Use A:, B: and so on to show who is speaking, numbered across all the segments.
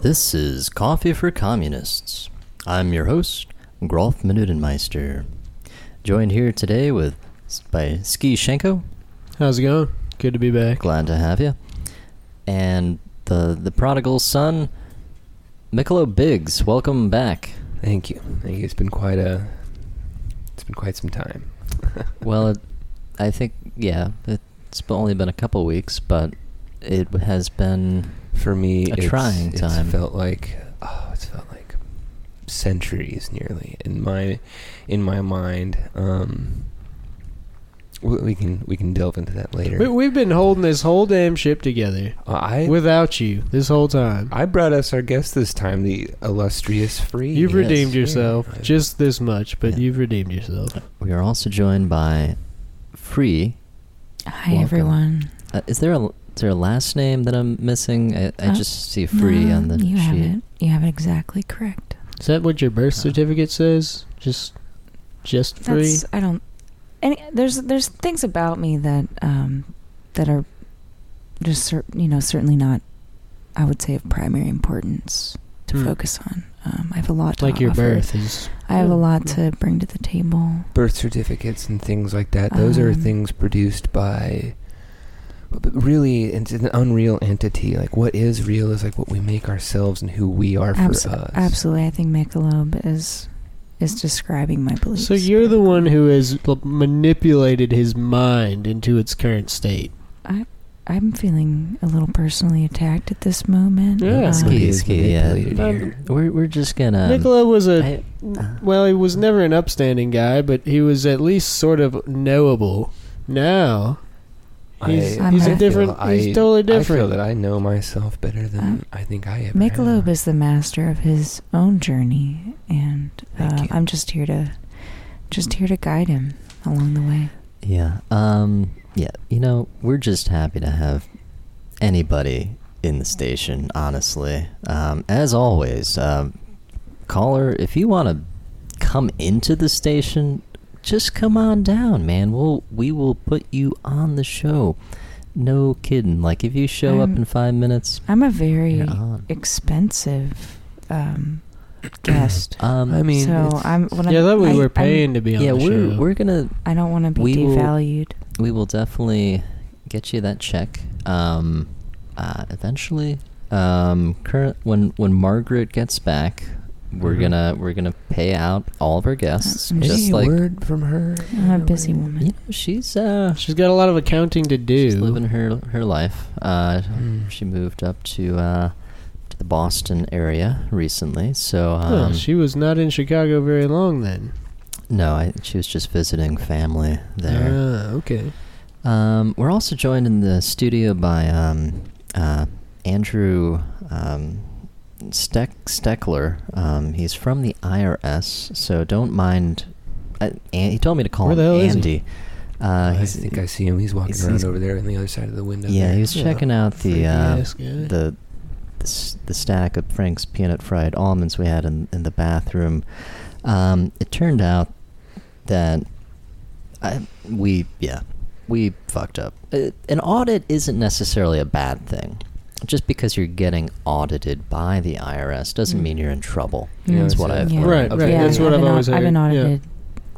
A: This is Coffee for Communists. I'm your host, Grolf Minutenmeister. Joined here today with by Ski Shenko.
B: How's it going? Good to be back.
A: Glad to have you. And the the prodigal son, Michelo Biggs. Welcome back.
C: Thank you. Thank you. It's been quite a. It's been quite some time.
A: Well, it, I think yeah, it's only been a couple weeks, but it has been
C: for me,
A: a
C: it's,
A: trying
C: it's
A: time.
C: felt like oh, it's felt like centuries nearly in my in my mind. Um, we, we can we can delve into that later.
B: We, we've been holding this whole damn ship together
C: Uh, I
B: without you this whole time.
C: I brought us our guest this time, the illustrious free.
B: You've
A: yes,
B: redeemed
C: yeah.
B: yourself just this much, but
A: Yeah.
B: you've redeemed yourself.
A: We are also joined by Free.
D: Hi
A: Welcome.
D: everyone.
A: Uh, is there a is there a last name that I'm missing? I, I
D: Uh,
A: just see Free
D: No,
A: on the
D: you have
A: sheet.
D: it. You have it exactly correct.
B: Is that what your birth
A: Oh.
B: certificate says? Just, just free.
D: That's I don't. Any there's there's things about me that um that are just cer- you know certainly not I would say of primary importance to
B: Hmm.
D: focus on. Um, I have a lot to
B: Like your
D: offer.
B: birth is.
D: I have a lot to bring to the table.
C: birth certificates and things like that. Those are
D: Um,
C: things produced by really it's an unreal entity. Like what is real is like what we make ourselves and who we are for
D: Abso-
C: us.
D: Absolutely, I think Michelob is is describing my beliefs.
B: So you're the one who has l- manipulated his mind into its current state.
D: I'm feeling a little personally attacked at this moment.
B: Yeah.
D: Um,
C: Somebody
A: Ski,
C: is
A: ski, yeah.
C: manipulated
B: Um,
C: here.
A: We're we're just gonna.
B: Nicola was a
A: Um, I- uh,
B: Well, he was never an upstanding guy, but he was at least sort of knowable. Now he's,
D: I-
B: he's
D: I
B: a
D: feel
B: different.
C: I-
B: he's totally
C: I feel
B: different.
C: that I know myself better
D: Um,
C: than I think I ever. have.
D: Michelob is the master of his own journey, and
C: Thank
D: uh,
C: you.
D: I'm just here to just here to guide him along the way.
A: Yeah. Um yeah, you know, we're just happy to have anybody in the station, honestly. Um as always, um caller, if you want to come into the station, just come on down, man. We'll we will put you on the show. No kidding. Like if you show up
D: I'm-
A: in 5 minutes,
D: I'm a very
A: you're on.
D: expensive um, guest,
A: Um
C: I mean,
D: so
C: it's-
D: I'm when
B: yeah,
D: I'm,
B: that we
D: I,
B: were
D: I'm-
B: paying to be on
A: yeah,
B: the
A: we're
B: show.
A: we're going to
D: I don't want to be
A: we will-
D: devalued.
A: we will definitely get you that check um, uh, eventually. Um, current when when Margaret gets back, we're
B: Mm-hmm.
C: Mhm.
A: gonna we're gonna pay out all of her guests.
D: I'm
C: Any
A: just
D: busy.
A: like you
C: word from her.
D: I'm a busy woman.
A: know, she's uh
B: She's got a lot of accounting to
A: she's
B: do. Mm-hmm.
A: living her her life. Uh,
C: Hmm.
A: she moved up to uh to the Boston area recently. So
B: Huh,
A: um,
B: Oh, she was not in Chicago very long then.
A: no, I, she was just visiting family there.
B: Ah, okay.
A: Um, we're also joined in the studio by um, uh, Andrew um, Steck Steckler. Um, he's from the IRS, so don't mind. Uh, and he told me to call
B: Where the
A: him
B: hell is he?
A: Andy. Uh,
C: I
A: he's,
C: think I see him. He's walking
A: he's-
C: around
A: he's-
C: over there on the other side of the window.
A: yeah,
C: there.
A: he was
B: Yeah.
A: checking out the
B: Freaky
A: uh,
B: ass guy.
A: the the s- the stack of Frank's peanut fried almonds we had in in the bathroom. Um, it turned out that I we yeah we fucked up. Uh an audit isn't necessarily a bad thing. Just because you're getting audited by the IRS doesn't
D: Mm.
A: mean you're in trouble.
C: You know,
A: That's
C: it's
A: what
C: a-
A: I've
D: Yeah.
A: learned.
B: Right, right.
C: Okay.
D: Yeah,
B: That's what I've
D: been au-
B: always
D: I've been
B: heard, yeah.
D: audited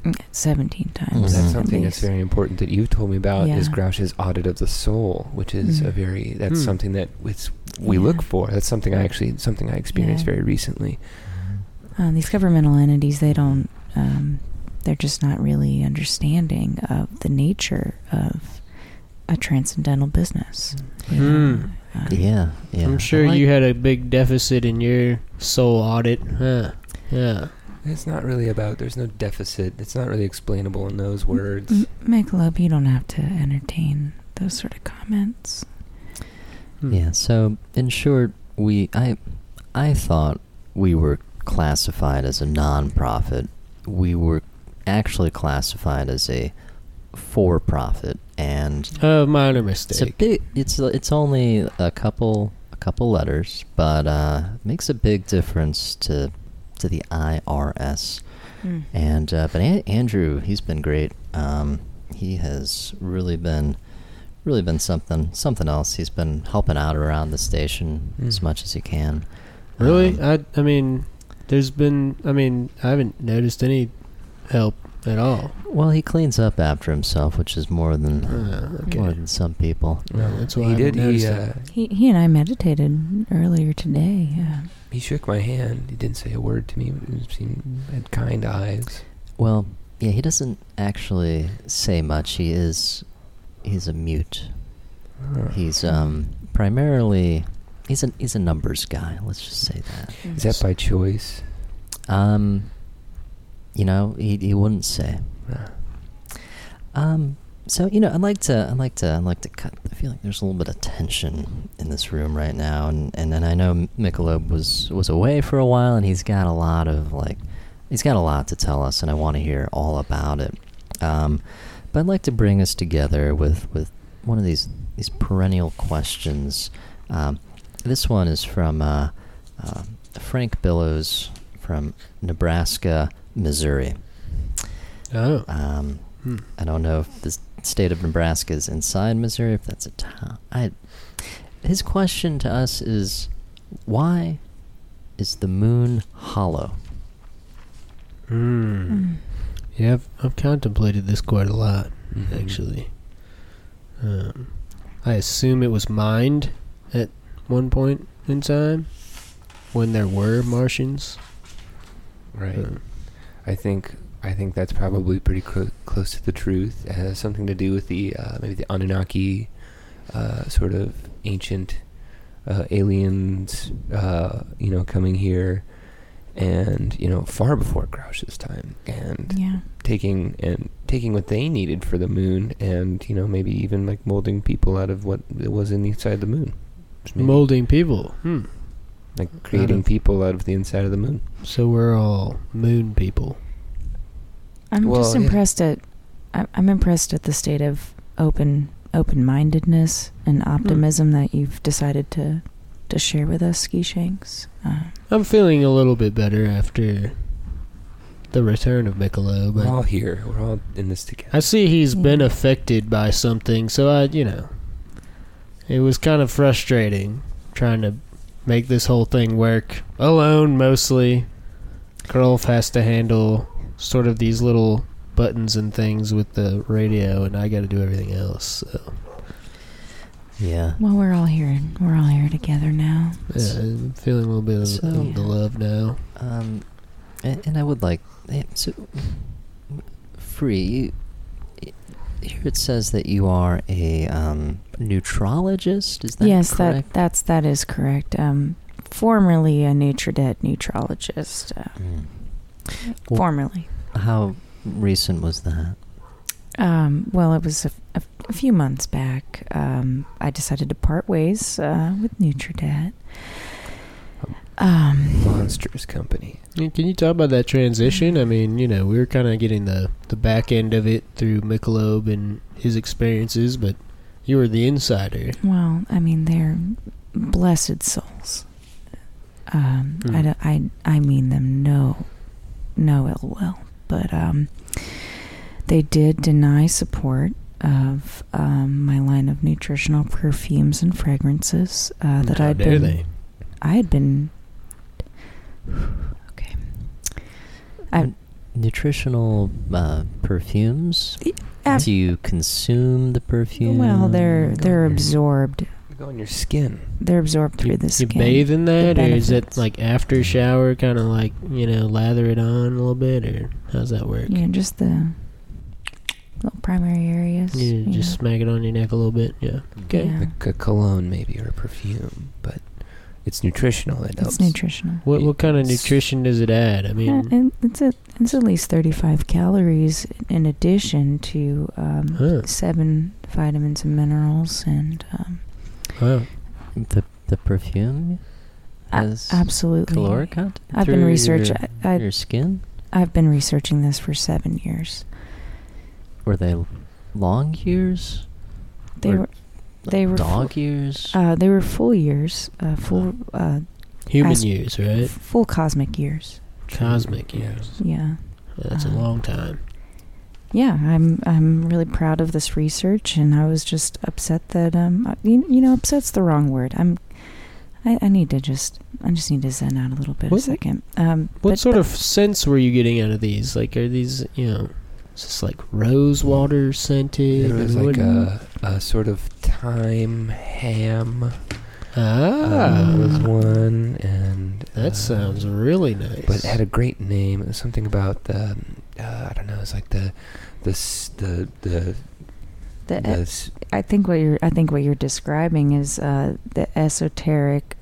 D: mm, 17 times.
A: Mhm.
B: Mm-hmm.
C: That's
D: at
C: something that's
D: least.
C: very important that you've told me about is
D: Yeah.
C: Grouch's audit of the soul, which is
D: Mhm.
C: a very that's
B: Hmm.
C: something that it's, we
D: Yeah.
C: look for. That's something I actually something I experienced
D: Yeah.
C: very recently.
D: Uh, these governmental entities, they don't, um, they're just not really understanding of the nature of a transcendental business. you know?
B: Hmm.
D: Uh,
A: Yeah, yeah.
B: I'm sure
A: I like-
B: you had a big deficit in your soul audit. Huh. Yeah.
C: It's not really about there's no deficit. It's not really explainable in those words.
D: M- Michelob, you don't have to entertain those sort of comments.
B: Hmm.
A: Yeah. So in short, we I I thought we were classified as a nonprofit. We were actually classified as a for-profit, and
B: A minor
A: it's a
B: mistake.
A: big. It's it's only a couple a couple letters, but uh, makes a big difference to to the IRS. And uh, but An- Andrew, he's been great. Um, he has really been, really been something, something else. He's been helping out around the station as
C: Mm.
A: much as he can.
B: Hmm. Really?
A: Um,
B: I I mean, there's been I mean, I haven't noticed any help at all.
A: well, he cleans up after himself, which is more than
B: Uh, okay.
A: more than some people.
B: No, that's why I
C: he did.
B: haven't
C: He
B: noticed
C: uh,
B: that.
D: He he and I meditated earlier today. Yeah.
C: he shook my hand. He didn't say a word to me. but He seemed had kind eyes.
A: Well, yeah, he doesn't actually say much. He is he's a mute.
C: Uh,
A: He's um primarily he's a he's a numbers guy. Let's just say that.
C: is that by choice?
A: Um, you know, he he wouldn't say.
C: Uh,
A: Um, so you know, I'd like to, I'd like to, I'd like to cut. I feel like there's a little bit of tension in this room right now, and and then I know Michelob was was away for a while, and he's got a lot of like, he's got a lot to tell us, and I want to hear all about it. Um, but I'd like to bring us together with with one of these these perennial questions. Um, this one is from uh, uh, Frank Billows from Nebraska, Missouri.
B: Oh.
A: Um,
B: Hmm.
A: I don't know if the state of Nebraska is inside Missouri, if that's a town. I, his question to us is, why is the moon hollow?
B: Mm.
D: Mm.
B: Yeah, I've, I've contemplated this quite a lot,
C: mhm.
B: actually. uh, Um, I assume it was mined at one point in time when there were Martians.
C: right.
B: Uh,
C: I think I think that's probably pretty clo close to the truth. It has something to do with the uh, maybe the Anunnaki uh, sort of ancient uh, aliens, uh, you know, coming here and you know far before Grouch's time and
D: Yeah.
C: taking and taking what they needed for the moon and you know maybe even like molding people out of what was inside the moon. Just maybe,
B: molding people. Hmm.
C: like creating
B: of-
C: people out of the inside of the moon.
B: So we're all moon people.
D: I'm
C: Well,
D: just
C: yeah.
D: impressed at I- I'm impressed at the state of open open-mindedness and optimism that you've decided to to share with us, Ski Shanks. Uh,
B: I'm feeling a little bit better after the return of Michelob.
C: We're
B: But
C: all here. We're all in this together.
B: I see he's
D: Yeah.
B: been affected by something, so I, you know, it was kind of frustrating trying to make this whole thing work alone mostly. Krolf has to handle sort of these little buttons and things with the radio, and I got to do everything else. So
A: Yeah.
D: well, we're all here. We're all here together now.
B: yeah, I'm feeling a little bit of,
A: So-
B: of the love now.
A: Um, and, and I would like eh, so free. You, eh, here it says that you are a um, neutrologist. Is that
D: yes,
A: correct?
D: that that's that is correct. Um, formerly a NutriDead neutrologist. Uh,
A: Mm. Well-
D: formerly.
A: How recent was that?
D: Um, well, it was a, a, a few months back. Um, I decided to part ways uh, with NutriDead. Oh. Um,
C: Monsters Company.
B: Yeah, Can you talk about that transition? I mean, you know, we were kind of getting the, the back end of it through Michelob and his experiences, but you were the insider.
D: well, I mean, they're blessed souls. Um, I,
B: Mm.
D: don't- I, I mean them no, no ill will, but um, they did deny support of um, my line of nutritional perfumes and fragrances uh, that
B: Hmm, How
D: I'd
B: dare
D: been
B: they?
D: I had been okay. I-
A: Nutritional uh, perfumes.
D: Uh,
A: Do you consume the perfume?
D: Well, they're they're
A: Or-
D: absorbed.
C: Go on your skin.
D: They're absorbed through
B: You,
D: the
B: you
D: skin.
B: bathe in that, or is it
D: benefits.
B: like after shower, kind of like you know, lather it on a little bit, or how's that work?
D: Yeah, just the little primary areas.
B: You
D: you
B: just
D: know.
B: smack it on your neck a little bit. Yeah. Okay.
D: Yeah.
C: Like a cologne, maybe, or a perfume, but it's nutritional. It helps.
D: It's nutritional.
B: What what kind of
C: It's-
B: nutrition does it add? I
D: Yeah,
B: mean,
D: and it's a, it's at least thirty five calories in addition to um,
B: Huh.
D: seven vitamins and minerals and um,
B: wow.
A: the the perfume
D: a-
A: has
D: absolutely
A: caloric content.
D: I've been
A: through
D: research.
A: your,
D: I, I,
A: your skin.
D: I've been researching this for seven years.
A: Were they long years?
D: They
A: Or
D: were they were
A: dog years.
D: Uh, they were full years, uh, full, uh,
B: human
D: As-
B: years, right?
D: full cosmic years.
B: Cosmic
C: Yeah.
B: years.
D: Yeah,
B: That's a
D: Um,
B: long time.
D: yeah. I'm I'm really proud of this uh, research, and I was just upset that um, I- you, you know, upset's the wrong word. I'm I, I need to just I just need to zen out a little bit
B: What-
D: a second. Um,
B: What
D: but-
B: sort
D: but
B: of sense were you getting out of these? Like, are these, you know, is this like rose water scented?
C: There was
B: Or
C: like
B: what-
C: a, a sort of thyme ham.
B: ah,
C: uh, was one, and uh,
B: that sounds really nice.
C: But it had a great name. It was something about the uh, I don't know. It's like the the s- the the,
D: the, e-
C: the s-
D: I think what you're I think what you're describing is uh, the esoteric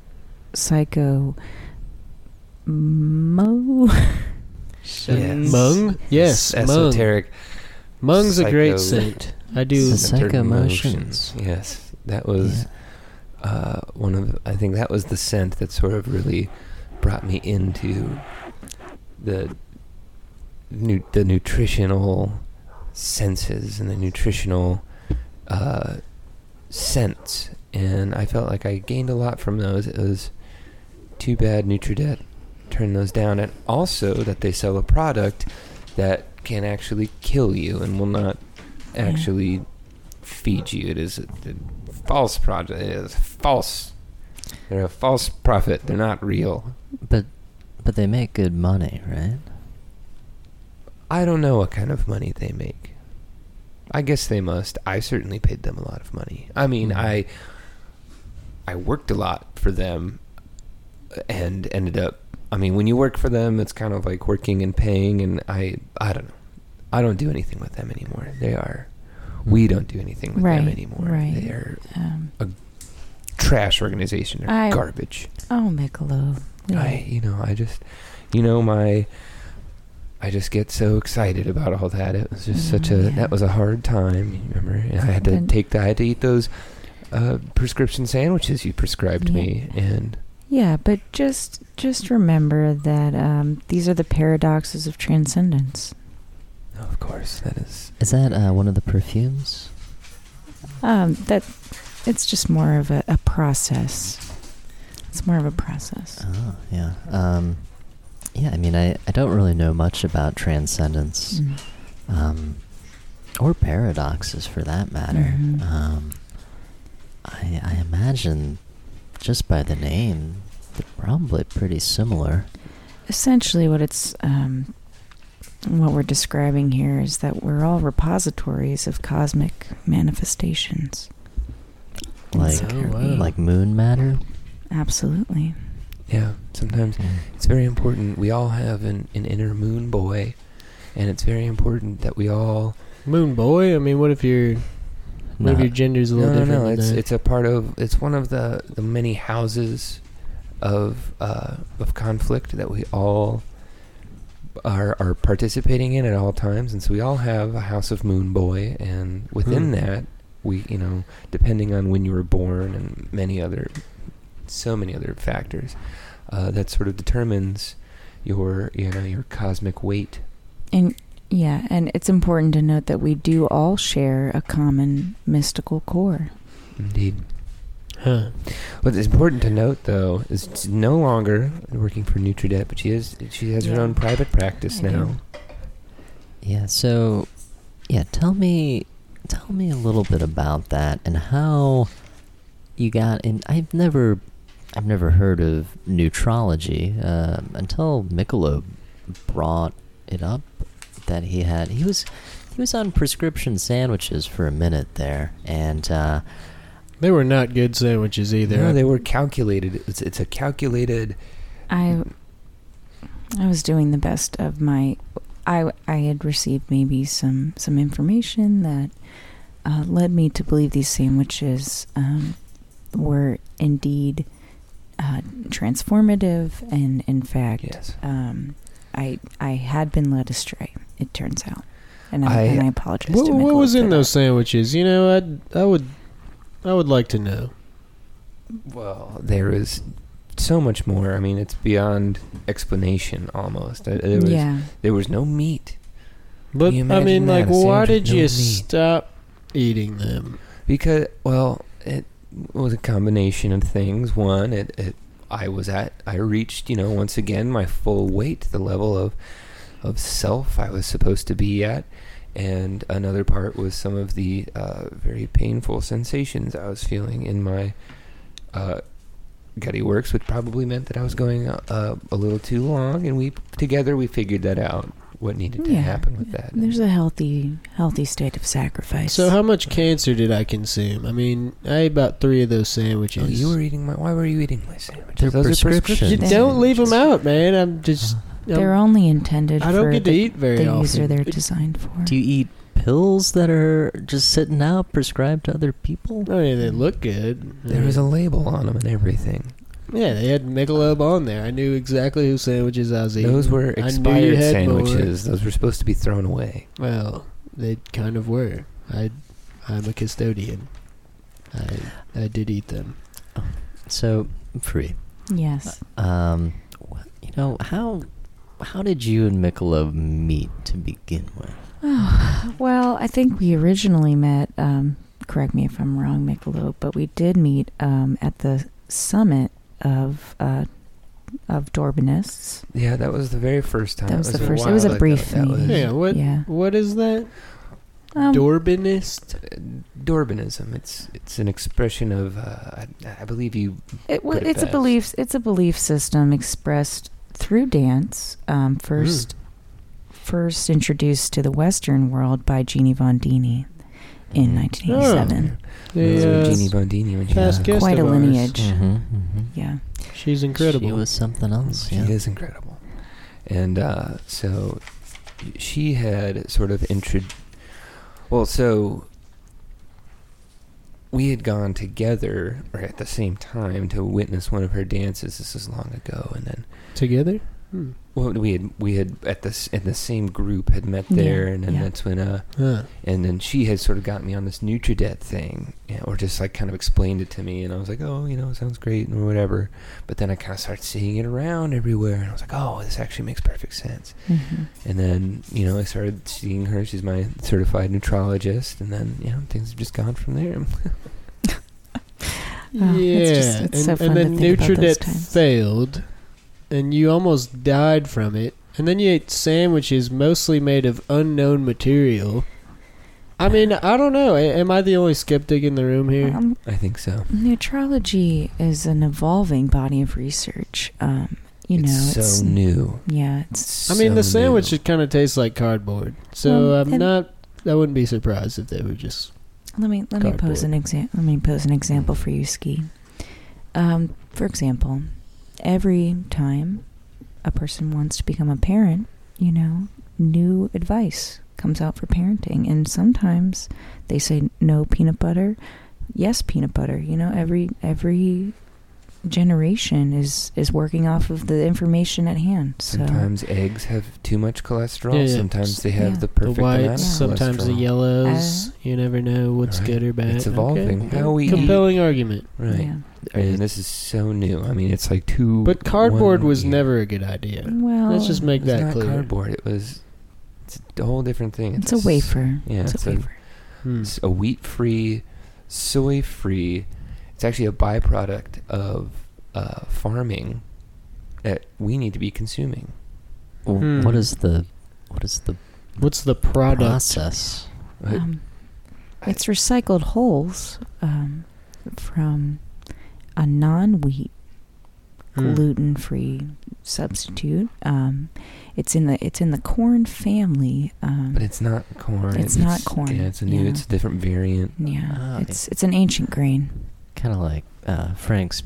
D: psycho mo
C: Yes.
B: mung. Yes,
C: s-
B: mung.
C: esoteric.
B: Mung's a great
C: psycho-
B: scent. I do.
A: It's a
C: centered
A: psychomotions.
C: motions. Yes, that was uh, one of. I think that was the scent that sort of really brought me into the nu- the nutritional senses and the nutritional uh, scents, and I felt like I gained a lot from those. It was too bad NutriDet turned those down, and also that they sell a product that can actually kill you and will not
D: Yeah.
C: actually feed you. It is a, a false project. It is false. They're a false prophet. They're not real.
A: But but they make good money, right?
C: I don't know what kind of money they make. I guess they must. I certainly paid them a lot of money. I mean,
D: Mm-hmm.
C: I I worked a lot for them and ended up I mean, when you work for them, it's kind of like working and paying and I I don't know. I don't do anything with them anymore. They are we don't do anything with them
D: Mm-hmm. Right,
C: anymore.
D: right.
C: They are
D: um,
C: trash organization. They're
D: I-
C: garbage.
D: oh Michelob.
C: I, you know, I just, you know, my, I just get so excited about all that. It was just such a,
D: Mm, yeah.
C: that was a hard time. You remember, And I had to
D: And-
C: take, the, I had to eat those uh, prescription sandwiches you prescribed
D: Yeah.
C: me, and
D: Yeah, but just just remember that um, these are the paradoxes of transcendence.
C: oh, of course, that is
A: Is that uh, one of the perfumes?
D: Um, that it's just more of a, a process. It's more of a process.
A: Oh, yeah. Um, yeah, I mean, I, I don't really know much about transcendence
D: Mm.
A: um, or paradoxes for that matter.
D: Mhm.
A: Um, I, I imagine just by the name, they're probably pretty similar.
D: Essentially, what it's um, what we're describing here is that we're all repositories of cosmic manifestations. And
A: Like-
D: so
B: Oh,
D: we-
B: wow.
A: Like moon matter.
D: absolutely.
C: yeah. Sometimes it's very important. We all have an, an inner moon boy, and it's very important that we all
B: Moon boy. I mean, what if your what
A: Not-
B: if your gender's a
C: no,
B: little
C: no,
B: different?
C: no.
B: than
C: It's
B: that?
C: it's a part of it's one of the the many houses of uh, of conflict that we all are are participating in at all times, and so we all have a house of Moon Boy, and within
B: Hmm.
C: that we you know depending on when you were born and many other so many other factors uh, that sort of determines your you know your cosmic weight.
D: Yeah, and it's important to note that we do all share a common mystical core.
C: Indeed.
B: huh.
C: What's important to note, though, is she's no longer working for NutriDet, but she is she has her
D: Yeah.
C: own private practice
D: I do.
C: now.
A: Yeah, so yeah, tell me tell me a little bit about that and how you got in I've never I've never heard of neutrology um, until Michelob brought it up that he had he was he was on prescription sandwiches for a minute there and uh,
B: They were not good sandwiches either.
C: No, they were calculated. It's it's a calculated.
D: I I was doing the best of my I I had received maybe some some information that uh, led me to believe these sandwiches um, were indeed uh, transformative and in fact
C: Yes.
D: um, I I had been led astray it turns out and I,
C: I-
D: and I apologize
B: What,
D: to
B: what
D: Michelob
B: was
D: for
B: in
D: that.
B: those sandwiches? You know, I'd, I would, I would like to know.
C: Well, there is so much more. I mean, it's beyond explanation almost. Uh, There was
D: yeah
C: there was no meat
B: But
C: you
B: I mean,
C: imagine
B: like,
C: that? A
B: why
C: sandwich
B: did
C: with
B: you
C: no meat.
B: stop eating them?
C: because well, it was a combination of things. One, it, it I was at I reached you know once again my full weight, the level of of self I was supposed to be at. And another part was some of the uh, very painful sensations I was feeling in my uh, Gutty Works, which probably meant that I was going uh, a little too long, and we together we figured that out. What needed to
D: Yeah.
C: happen with that?
D: There's a healthy, healthy state of sacrifice.
B: So how much cancer did I consume? I mean, I ate about three of those sandwiches.
C: oh, you were eating my. Why were you eating my sandwiches?
A: They're
C: Those are
A: prescriptions.
B: You
D: They-
B: don't leave them out, man. I'm just. I'm-
D: They're only intended
B: um, I don't
D: for
B: get to
D: the,
B: eat very
D: the
B: often.
D: user they're designed for.
A: Do you eat pills that are just sitting out prescribed to other people?
B: I mean, they look good. I
C: There was a
D: Mm.
B: mean,
C: label on them and everything.
B: yeah. They had Michelob on there. I knew exactly whose sandwiches I was eating.
C: Those were
B: I knew you
C: expired
B: had
C: sandwiches. Those were supposed to be thrown away.
B: More. Well, they kind of were. I, I'm a custodian. I, I did eat them.
A: So free.
D: yes.
A: Um, wh- you know how how did you and Michelob meet to begin with?
D: Oh, well, I think we originally met. Um, correct me if I'm wrong, Michelob, but we did meet um, at the summit of uh, of Dorbanists.
C: Yeah, that was the very first time.
D: That
C: It
D: was the
C: a
D: first- it
C: while
D: was a
C: ago.
D: brief
C: That was-
D: meeting.
B: Yeah. What?
D: Yeah.
B: What is that?
D: Um,
B: Dorbinist.
C: uh, Dorbanism. It's it's an expression of uh, I, I believe you.
D: It, well,
C: put it
D: it's a
C: best.
D: belief. It's a belief system expressed through dance. Um, first, first introduced to the Western world by Jeannie Von Dini
A: Hmm.
D: in 1987.
C: Oh. Those
B: They,
C: are
B: uh,
C: Jeannie Bondini when she
B: past
C: was-
B: guest
D: Quite a
B: of ours.
D: lineage. Yeah.
B: She's incredible.
A: Mm-hmm, She was something else.
C: She
A: Yeah.
C: is incredible. And uh, so she had sort of intro. Well, so we had gone together or at the same time to witness one of her dances. This is long ago, and then
B: together. Hmm.
C: well, we had we had at this in the same group had met
D: Yeah,
C: there, and then
D: yeah.
C: that's when uh,
B: Huh.
C: and then she had sort of got me on this NutriDet thing, you know, or just like kind of explained it to me, and I was like, oh, you know, sounds great, or whatever. But then I kind of started seeing it around everywhere, and I was like, oh, this actually makes perfect sense.
D: Mhm.
C: And then, you know, I started seeing her. She's my certified nutrologist, and then, you know, things have just gone from there.
D: Oh, it's just- it's so fun
B: and
D: to
B: then
D: think about those
B: NutriDet
D: times.
B: failed, and you almost died from it. And then you ate sandwiches mostly made of unknown material. I mean, I don't know. A- Am I the only skeptic in the room here?
D: Um,
C: I think so.
D: Nutrology is an evolving body of research. Um, you
C: it's
D: know,
C: so
D: it's
C: new.
D: yeah, it's
B: I mean, the
C: So
B: sandwich
C: new.
B: it kind of tastes like cardboard, so
D: Well,
B: I'm
D: and-
B: not. I wouldn't be surprised if they were just.
D: Let me let me pose
B: Cardboard.
D: an example. Let me pose an example for you, Ski. Um, for example, every time a person wants to become a parent, you know, new advice comes out for parenting, and sometimes they say no peanut butter, yes peanut butter. You know, every every generation is is working off of the information at hand. So
C: Sometimes eggs have too much cholesterol.
B: Yeah, yeah.
C: Sometimes they have the
D: Yeah.
B: The
C: perfect amount.
B: whites,
C: of
B: sometimes the
C: cholesterol.
B: yellows.
D: Uh,
B: you never know what's
C: Right.
B: good or bad.
C: It's evolving.
B: Okay.
C: How we eat-
B: Compelling argument.
C: Right.
D: yeah.
C: And this is so new. I mean, it's like two.
B: But cardboard
C: one
B: was
C: year.
B: never a good idea.
D: Well,
B: Let's just make
C: It was
B: that
C: not
B: clear.
C: cardboard. It was. It's a whole different thing.
D: it's a
C: s-
D: wafer.
C: Yeah,
D: it's,
C: it's
D: a
C: a-
D: wafer.
B: Hmm.
C: It's a wheat-free, soy-free. It's actually a byproduct of uh, farming that we need to be consuming.
A: W-
B: Hmm.
A: What is the what is the
B: What's the product?
A: process?
C: Uh,
D: Um, it's recycled hulls um, from a non wheat
B: Hmm.
D: gluten free substitute. Um, it's in the it's in the corn family. Um,
C: But it's not corn.
D: It's not corn,
C: Yeah, it's a new.
D: yeah.
C: It's a different variant.
D: yeah,
A: Ah,
D: it's it's an ancient grain.
A: Kind of like uh, Frank's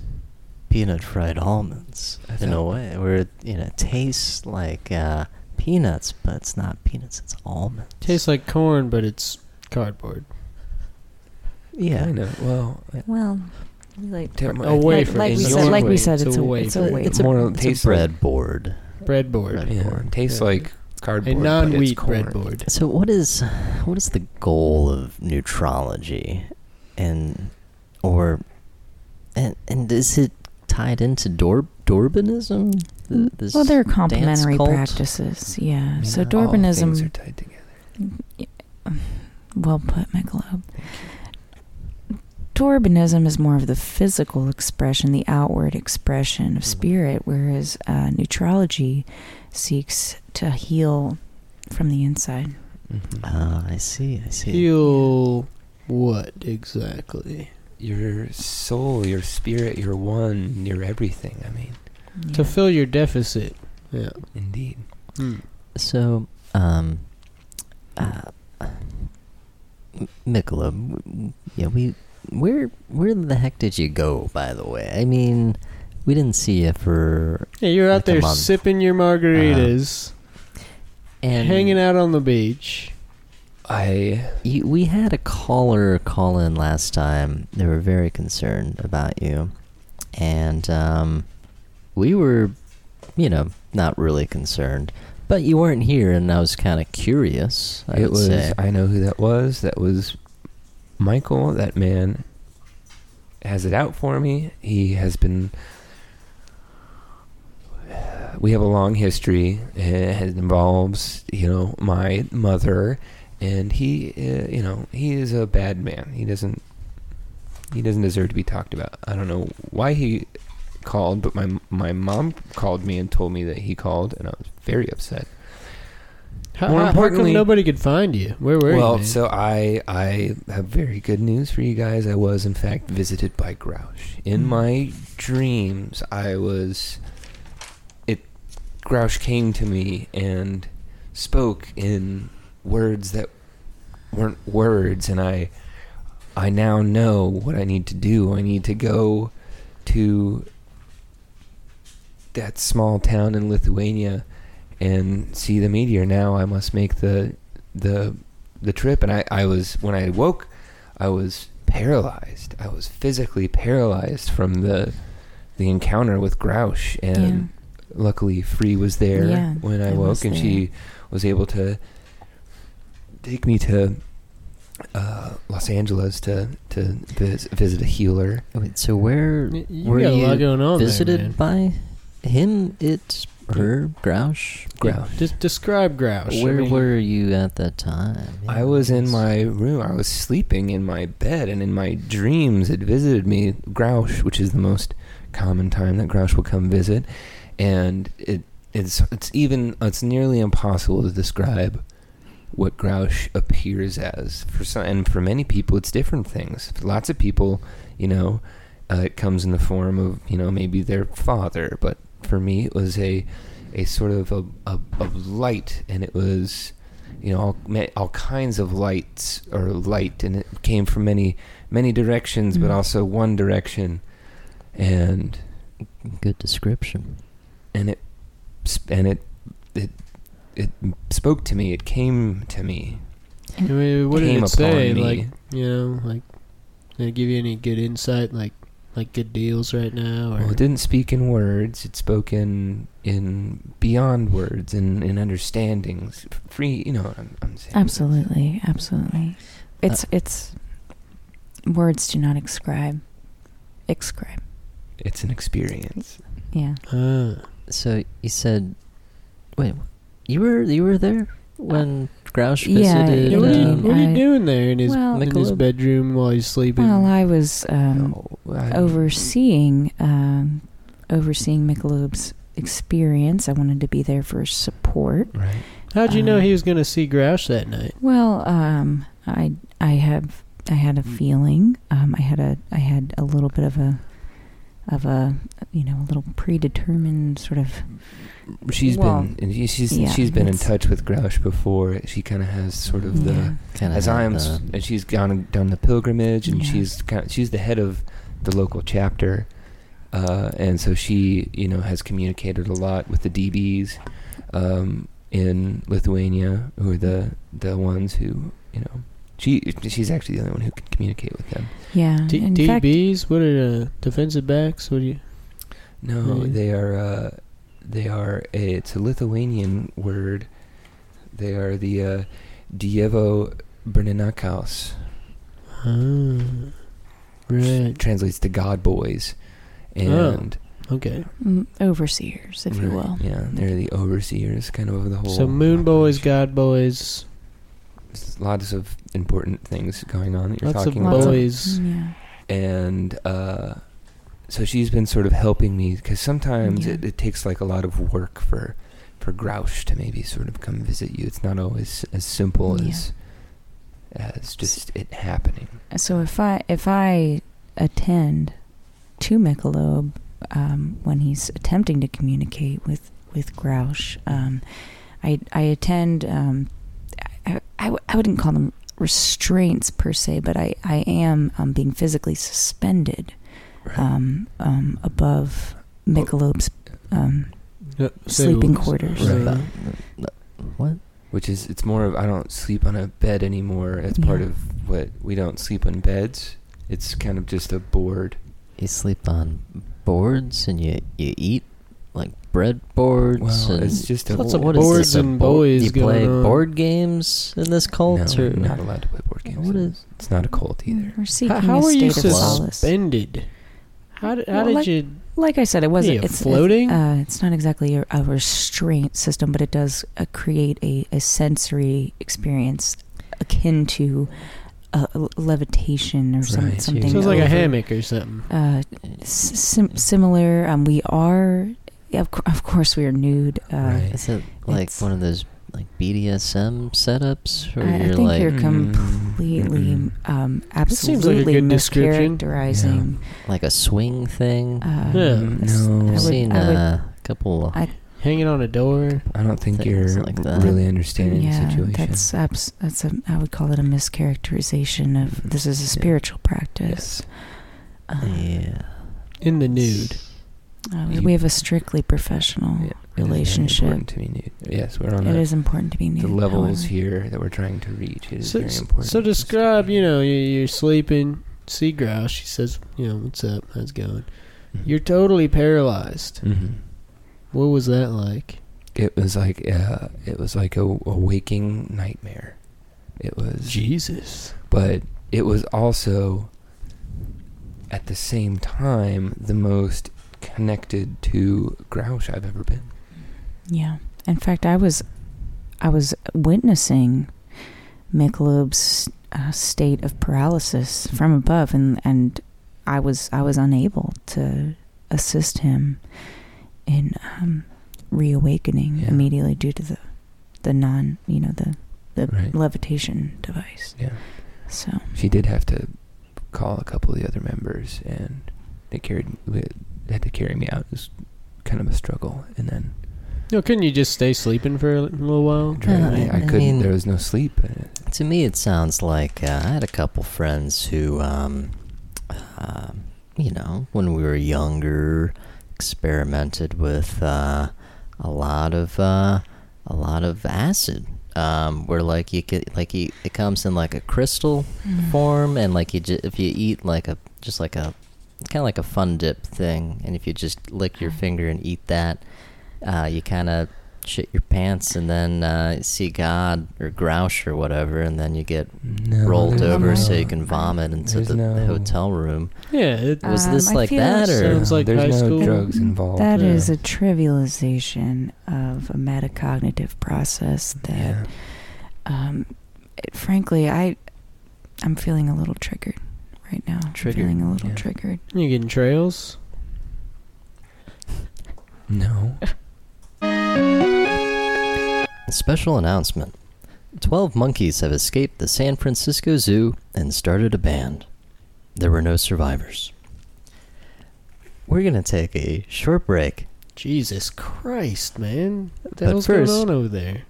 A: peanut fried almonds
C: That's
A: in a
C: how-
A: way, where it, you know it tastes like uh, peanuts, but it's not peanuts; it's almonds.
B: Tastes like corn, but it's cardboard.
A: yeah.
C: I know. Well, I-
D: Well, we like
C: to my-
B: A wafer.
D: like we
C: It's
D: said,
C: a
D: like we
C: wafer.
D: said, it's a it's
B: wafer.
D: a wafer.
A: It's a,
C: More
A: it's
C: tastes
A: a
C: like-
A: breadboard.
B: Breadboard.
A: Bread.
C: Yeah,
A: Cardboard.
C: tastes
B: Yeah.
C: like
B: A
C: cardboard. but it's
B: non-wheat
C: corn.
B: breadboard.
A: So what is what is the goal of neutrology and or and and is it tied into Dor- Dorbanism? Th- this
D: well, they're
A: dance
D: complementary
A: cult?
D: practices. Yeah.
A: mean,
D: so
A: all
C: All things are
D: Dorbanism.
C: tied together.
D: Well put, Michelob. Dorbanism is more of the physical expression, the outward expression of
C: Mhm.
D: spirit, whereas uh, neutrology seeks to heal from the inside.
C: Mhm.
D: Um,
A: Ah, I see. I see.
B: Heal what exactly?
C: your soul, your spirit, your one, your everything. I mean,
D: Yeah.
B: to fill your deficit. Yeah.
C: indeed.
B: Hmm.
A: So, um, uh, M- Mikola, w- w- yeah, we, where, where the heck did you go? By the way, I mean, we didn't see you for
B: Yeah, you're out
A: Like a
B: there
A: month. Uh-huh.
B: sipping your margaritas,
A: and
B: hanging out on the beach.
C: I
A: You, we had a caller call in last time. They were very concerned about you, and um, we were, you know, not really concerned. But you weren't here, and I was kind of curious. I
C: it
A: would
C: was
A: say.
C: I know who that was. That was Michael. That man has it out for me. He has been we have a long history and it involves, you know, my mother and he uh, you know, he is a bad man. He doesn't he doesn't deserve to be talked about. I don't know why he called, but my my mom called me and told me that he called and I was very upset.
B: How,
C: More
B: how- how come
C: importantly-
B: nobody could find you? Where were
C: well,
B: you? man?
C: so I I have very good news for you guys. I was in fact visited by Grouch.
B: Hmm.
C: In my dreams, I was it Grouch came to me and spoke in words that weren't words and I I now know what I need to do. I need to go to that small town in Lithuania and see the meteor. Now I must make the the the trip and I, I was when I woke I was paralyzed. I was physically paralyzed from the the encounter with Grouch and luckily Free was there
D: Yeah,
C: when I
D: I was
C: woke and she
D: there.
C: was able to take me to uh, Los Angeles to to vis- visit a healer.
A: Wait, so where
B: Y- you
A: were
B: got a lot
A: you
B: going on there,
A: visited
B: man.
A: by him? It, her, Grouch.
C: Grouch.
B: Just describe Grouch. I
A: where
B: mean,
A: were you at that time?
C: I was in
A: Yes.
C: my room. I was sleeping in my bed, and in my dreams, it visited me. Grouch, which is the most common time that Grouch will come visit, and it it's it's even it's nearly impossible to describe what Grouch appears as for some, and for many people, it's different things. For lots of people, you know, uh, it comes in the form of you know maybe their father, but for me, it was a a sort of a, a, a light, and it was you know all, ma- all kinds of lights or light and it came from many many directions but
D: Mm.
C: also one direction and
A: Good description.
C: and it sp- and it it it spoke to me it came to me
B: I mean, what did
C: came
B: it say?
C: upon me.
B: Like, you know, like, did it give you any good insight? Like, like good deals right now? Or
C: well it didn't speak in words it spoke in in beyond words and in, understandings free you know what i'm, I'm saying
D: Absolutely, absolutely. It's it's words do not ascribe. Excribe.
C: it's an experience
D: Yeah.
B: Ah.
A: So you said, wait, you were you were there when Grouch
D: Yeah,
A: visited? um,
B: Yeah,
D: You
B: what, are you,
D: know,
B: what are you
D: I-
B: doing there in his
D: well-
B: in his
A: Michelob?
B: bedroom while he's sleeping?
D: Well, I was um,
C: Oh, I-
D: overseeing um, overseeing McLoob's experience. I wanted to be there for support.
C: right
B: How'd you know
D: um,
B: he was going to see Grouch that night?
D: Well, um, I I have I had a feeling. Um, I had a I had a little bit of a of a you know a little predetermined sort of
C: She's
D: Well,
C: been and she- she's
D: yeah,
C: she's been in
D: it's-
C: touch with Grouch before she kind of has sort of the
D: yeah.
A: Kinda
C: as
A: had
C: I am, s-
A: the-
C: and she's gone and done the pilgrimage, and
D: Yeah.
C: she's kind she's the head of the local chapter, uh, and so she you know has communicated a lot with the DBs um, in Lithuania, who are the the ones who you know she she's actually the only one who can communicate with them.
D: yeah.
B: D-
D: in fact,
B: DBs? what are uh, defensive backs? What do you?
C: No,
B: Really?
C: they are uh, they are a, it's a Lithuanian word. They are the uh, Dievo Berninakaus.
B: Ah, right.
C: Eh, translates to God boys,
B: Oh,
C: and
B: Okay.
D: mm, overseers, if you
C: Right,
D: will.
C: yeah, they're the overseers, kind of over the whole.
B: So moon boys, god boys,
C: There's Lots of important things going on that you're
B: lots of
C: talking
D: Lots
C: about,
D: of-
B: boys.
D: Yeah.
C: and uh, so she's been sort of helping me because sometimes
D: Yeah.
C: it, it takes like a lot of work for for Grouch to maybe sort of come visit you. It's not always as simple
D: Yeah.
C: as as just it happening.
D: So if I if I attend to Michelob um, when he's attempting to communicate with with Grouch. Um, I I attend. Um, I, I, I wouldn't call them restraints per se, but I I am um, being physically suspended
C: Right.
D: um, um, above Michelob's um,
B: uh,
D: sleeping quarters.
C: Right.
A: Uh, What?
C: Which is, it's more of I don't sleep on a bed anymore. It's part
D: Yeah.
C: of what we don't sleep on beds. It's kind of just a board.
A: You sleep on boards and you you eat like bread boards.
C: Well,
A: and
C: it's just a
B: Lots of
C: board.
A: is
B: boards
A: this, a
B: and
A: board-
B: boys
A: You play
B: going on.
A: board games in this cult,
C: No,
A: or
C: you're not allowed to play board games.
A: What is-
C: It's not a cult either.
D: We're seeking
B: how how
D: a
B: are you
D: state of solace.
B: suspended? How did, how
D: Well,
B: did
D: like-
B: you?
D: Like I said, it wasn't
B: Yeah,
D: it's,
B: floating?
D: It's, uh, it's not exactly a, a restraint system, but it does uh, create a, a sensory experience akin to uh, l- levitation or some,
C: Right,
D: something.
B: Sounds like a
D: over-
B: hammock or something.
D: Uh, s- sim- similar. Um, we are, of, cour- of course, we are nude. Uh,
C: Right.
A: is it like
D: It's-
A: one of those like BDSM setups where
D: I- I
A: you're
D: think
A: like
D: you're Completely,
C: Mm-mm.
D: um,
B: seems like a
D: absolutely
B: good description.
D: mischaracterizing.
A: like a swing thing?
D: Uh,
B: Yeah.
D: this-
C: No.
D: I
A: I've
D: would-
A: seen
D: I would-
A: uh, a couple.
D: I-
B: Hanging on a door.
C: I don't think you're
A: Things like that.
C: really understanding
D: yeah,
C: the situation.
D: that's abs- that's a I would call it a mischaracterization of this is
C: Mm-hmm.
D: a
C: Yeah.
D: spiritual
C: yes.
D: practice. Um,
A: yeah.
B: In the nude.
D: uh,
C: You-
D: we have a strictly professional.
C: Yeah, it is very
D: relationship.
C: important to me, Nate. Yes, we're on
D: It
C: a-
D: is important to be nude.
C: the levels
D: however.
C: here that we're trying to reach. It is
B: So,
C: very
B: so-
C: important.
B: so describe, you know, you- you're sleeping. See Grouse. She says, you know, what's up? How's it going?
C: Mm-hmm.
B: You're totally paralyzed.
C: Mhm.
B: What was that like?
C: It was like uh, it was like a, a waking nightmare. It was,
B: Jesus.
C: but it was also at the same time the most connected to Grouch I've ever been.
D: Yeah. In fact, I was, I was witnessing Michelob's uh, state of paralysis
C: Mm-hmm.
D: from above, and and I was I was unable to assist him in um, reawakening
C: Yeah.
D: immediately due to the the non you know the the
C: Right.
D: levitation device.
C: Yeah,
D: So
C: she did have to call a couple of the other members, and they carried they had to carry me out. It was kind of a struggle, and then
B: No, couldn't you just stay sleeping for a li- little while?
A: Yeah,
C: I,
A: I
C: I couldn't.
A: mean-
C: there was no sleep. In it.
A: To me, it sounds like uh, I had a couple friends who, um, uh, you know, when we were younger, experimented with uh, a lot of uh, a lot of acid. Um, where like you could like you, it comes in like a crystal form, and like you ju- if you eat like a just like a kind of like a fun dip thing, and if you just lick
D: Mm-hmm.
A: your finger and eat that, uh, you kind of shit your pants and then uh, see God or Grouch or whatever, and then you get
C: No,
A: rolled
C: there's
A: over
D: no-
A: so you can vomit into
C: there's
A: the
C: no-
A: hotel room.
B: Yeah. It,
D: Uh,
A: Was this
D: Um, I
A: like
D: feel
A: that
D: so-
A: or?
B: Sounds like
C: there's
B: high
C: no
B: school.
C: drugs involved.
D: that
B: Yeah.
D: is a trivialization of a metacognitive process that.
C: yeah.
D: um, it, frankly, I I'm feeling a little triggered right now.
A: Triggered,
D: feeling a little
C: yeah.
D: triggered.
B: You getting trails?
C: No.
A: Special announcement. Twelve monkeys have escaped the San Francisco Zoo and started a band. There were no survivors. We're going to take a short break.
B: Jesus Christ, man. What the
A: But
B: hell's
A: first-
B: going on over there?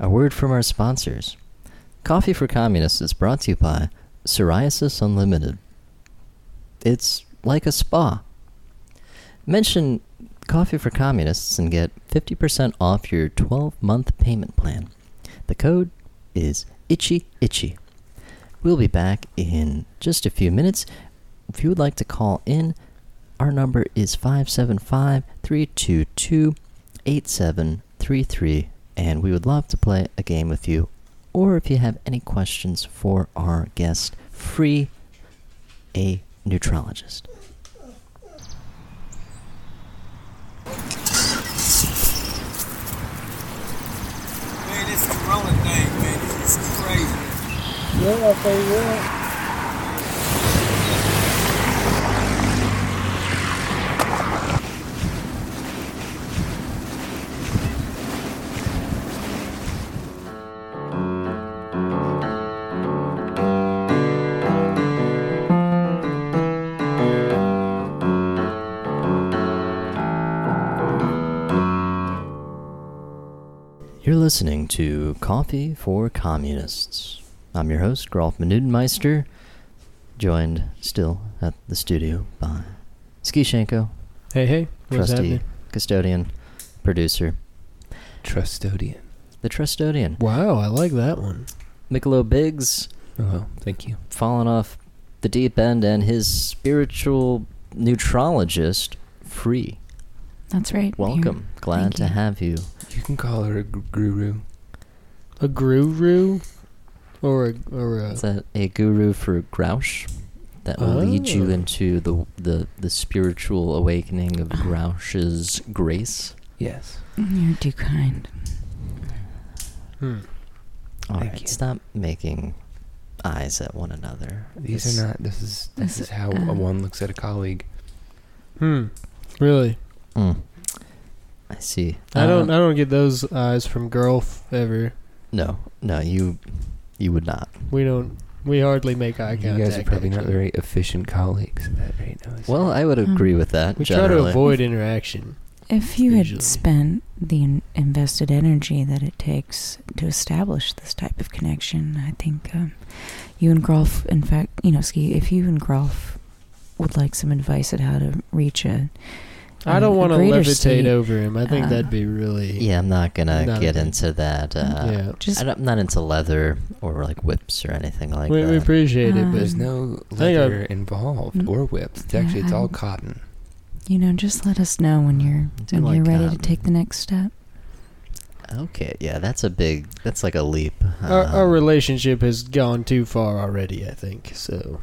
A: A word from our sponsors. Coffee for Communists is brought to you by Psoriasis Unlimited. It's like a spa. Mention Coffee for Communists and get 50% off your 12 month payment plan. The code is itchy itchy. We'll be back in just a few minutes. If you would like to call in, our number is 575 322 8733, and we would love to play a game with you. Or if you have any questions for our guest, free a neutrologist.
E: Man, this corona thing, man, it's crazy.
A: You're listening to Coffee for Communists. I'm your host, Rolf Menudenmeister, joined still at the studio by Ski Shanko,
B: Hey, hey, what's
A: trustee,
B: happening?
A: custodian, producer,
C: Trustodian.
A: the trustodian,
B: Wow, I like that one.
A: Michelob Biggs,
C: Oh, well, thank you.
A: fallen off the deep end, and his spiritual neutrologist, Free.
D: That's right. You're-
A: Welcome. Glad
D: Thank
A: to
D: you.
A: have you.
C: You can call her a gr- guru.
B: A guru, or a, or a
A: Is that a guru for Grouch? That will lead
B: Oh.
A: you into the, the the spiritual awakening of Grouch's grace.
C: Yes.
D: You're too kind.
B: hmm.
A: All
C: Thank
A: right,
C: you.
A: stop making eyes at one another.
C: These
A: It's-
C: are not. This is this,
D: This-
C: is how
D: uh,
C: a one looks at a colleague.
B: Hmm. Really,
A: Mm. I see.
B: I don't.
A: Uh,
B: I don't get those eyes from girl f- ever.
A: No, no, you you would not.
B: We don't. We hardly make eye
C: you
B: contact.
C: guys are probably not
B: actually.
C: very efficient colleagues. That right now is
A: Well, I would
D: Um,
A: agree with that.
B: We
A: generally.
B: try to avoid interaction.
D: If you
B: Usually.
D: had spent the in- invested energy that it takes to establish this type of connection, I think um, you and Grolf, in fact, you know, Ski, if you and Grolf would like some advice at how to reach a.
B: I don't
D: a
B: want to
D: greater
B: levitate
D: state,
B: over him. I think
D: uh,
B: that'd be really.
A: Yeah, I'm not gonna
B: Not
A: get
B: a-
A: into that. Uh,
B: yeah.
D: Just
A: I don't- I'm not into leather or like whips or anything like
B: we,
A: that. Uh,
B: we appreciate
D: Um,
B: it,
C: There's no
B: I think
C: leather
B: I've-
C: involved
D: Mm.
C: or whipped. It's
D: Yeah,
C: actually it's all
D: I'm-
C: cotton.
D: you know, just let us know when you're
A: I do
D: when you're
A: like
D: ready to
A: that.
D: take the next step.
A: Okay, yeah, that's a big. That's like a leap.
B: but our, our
A: Um,
B: relationship has gone too far already. I think so.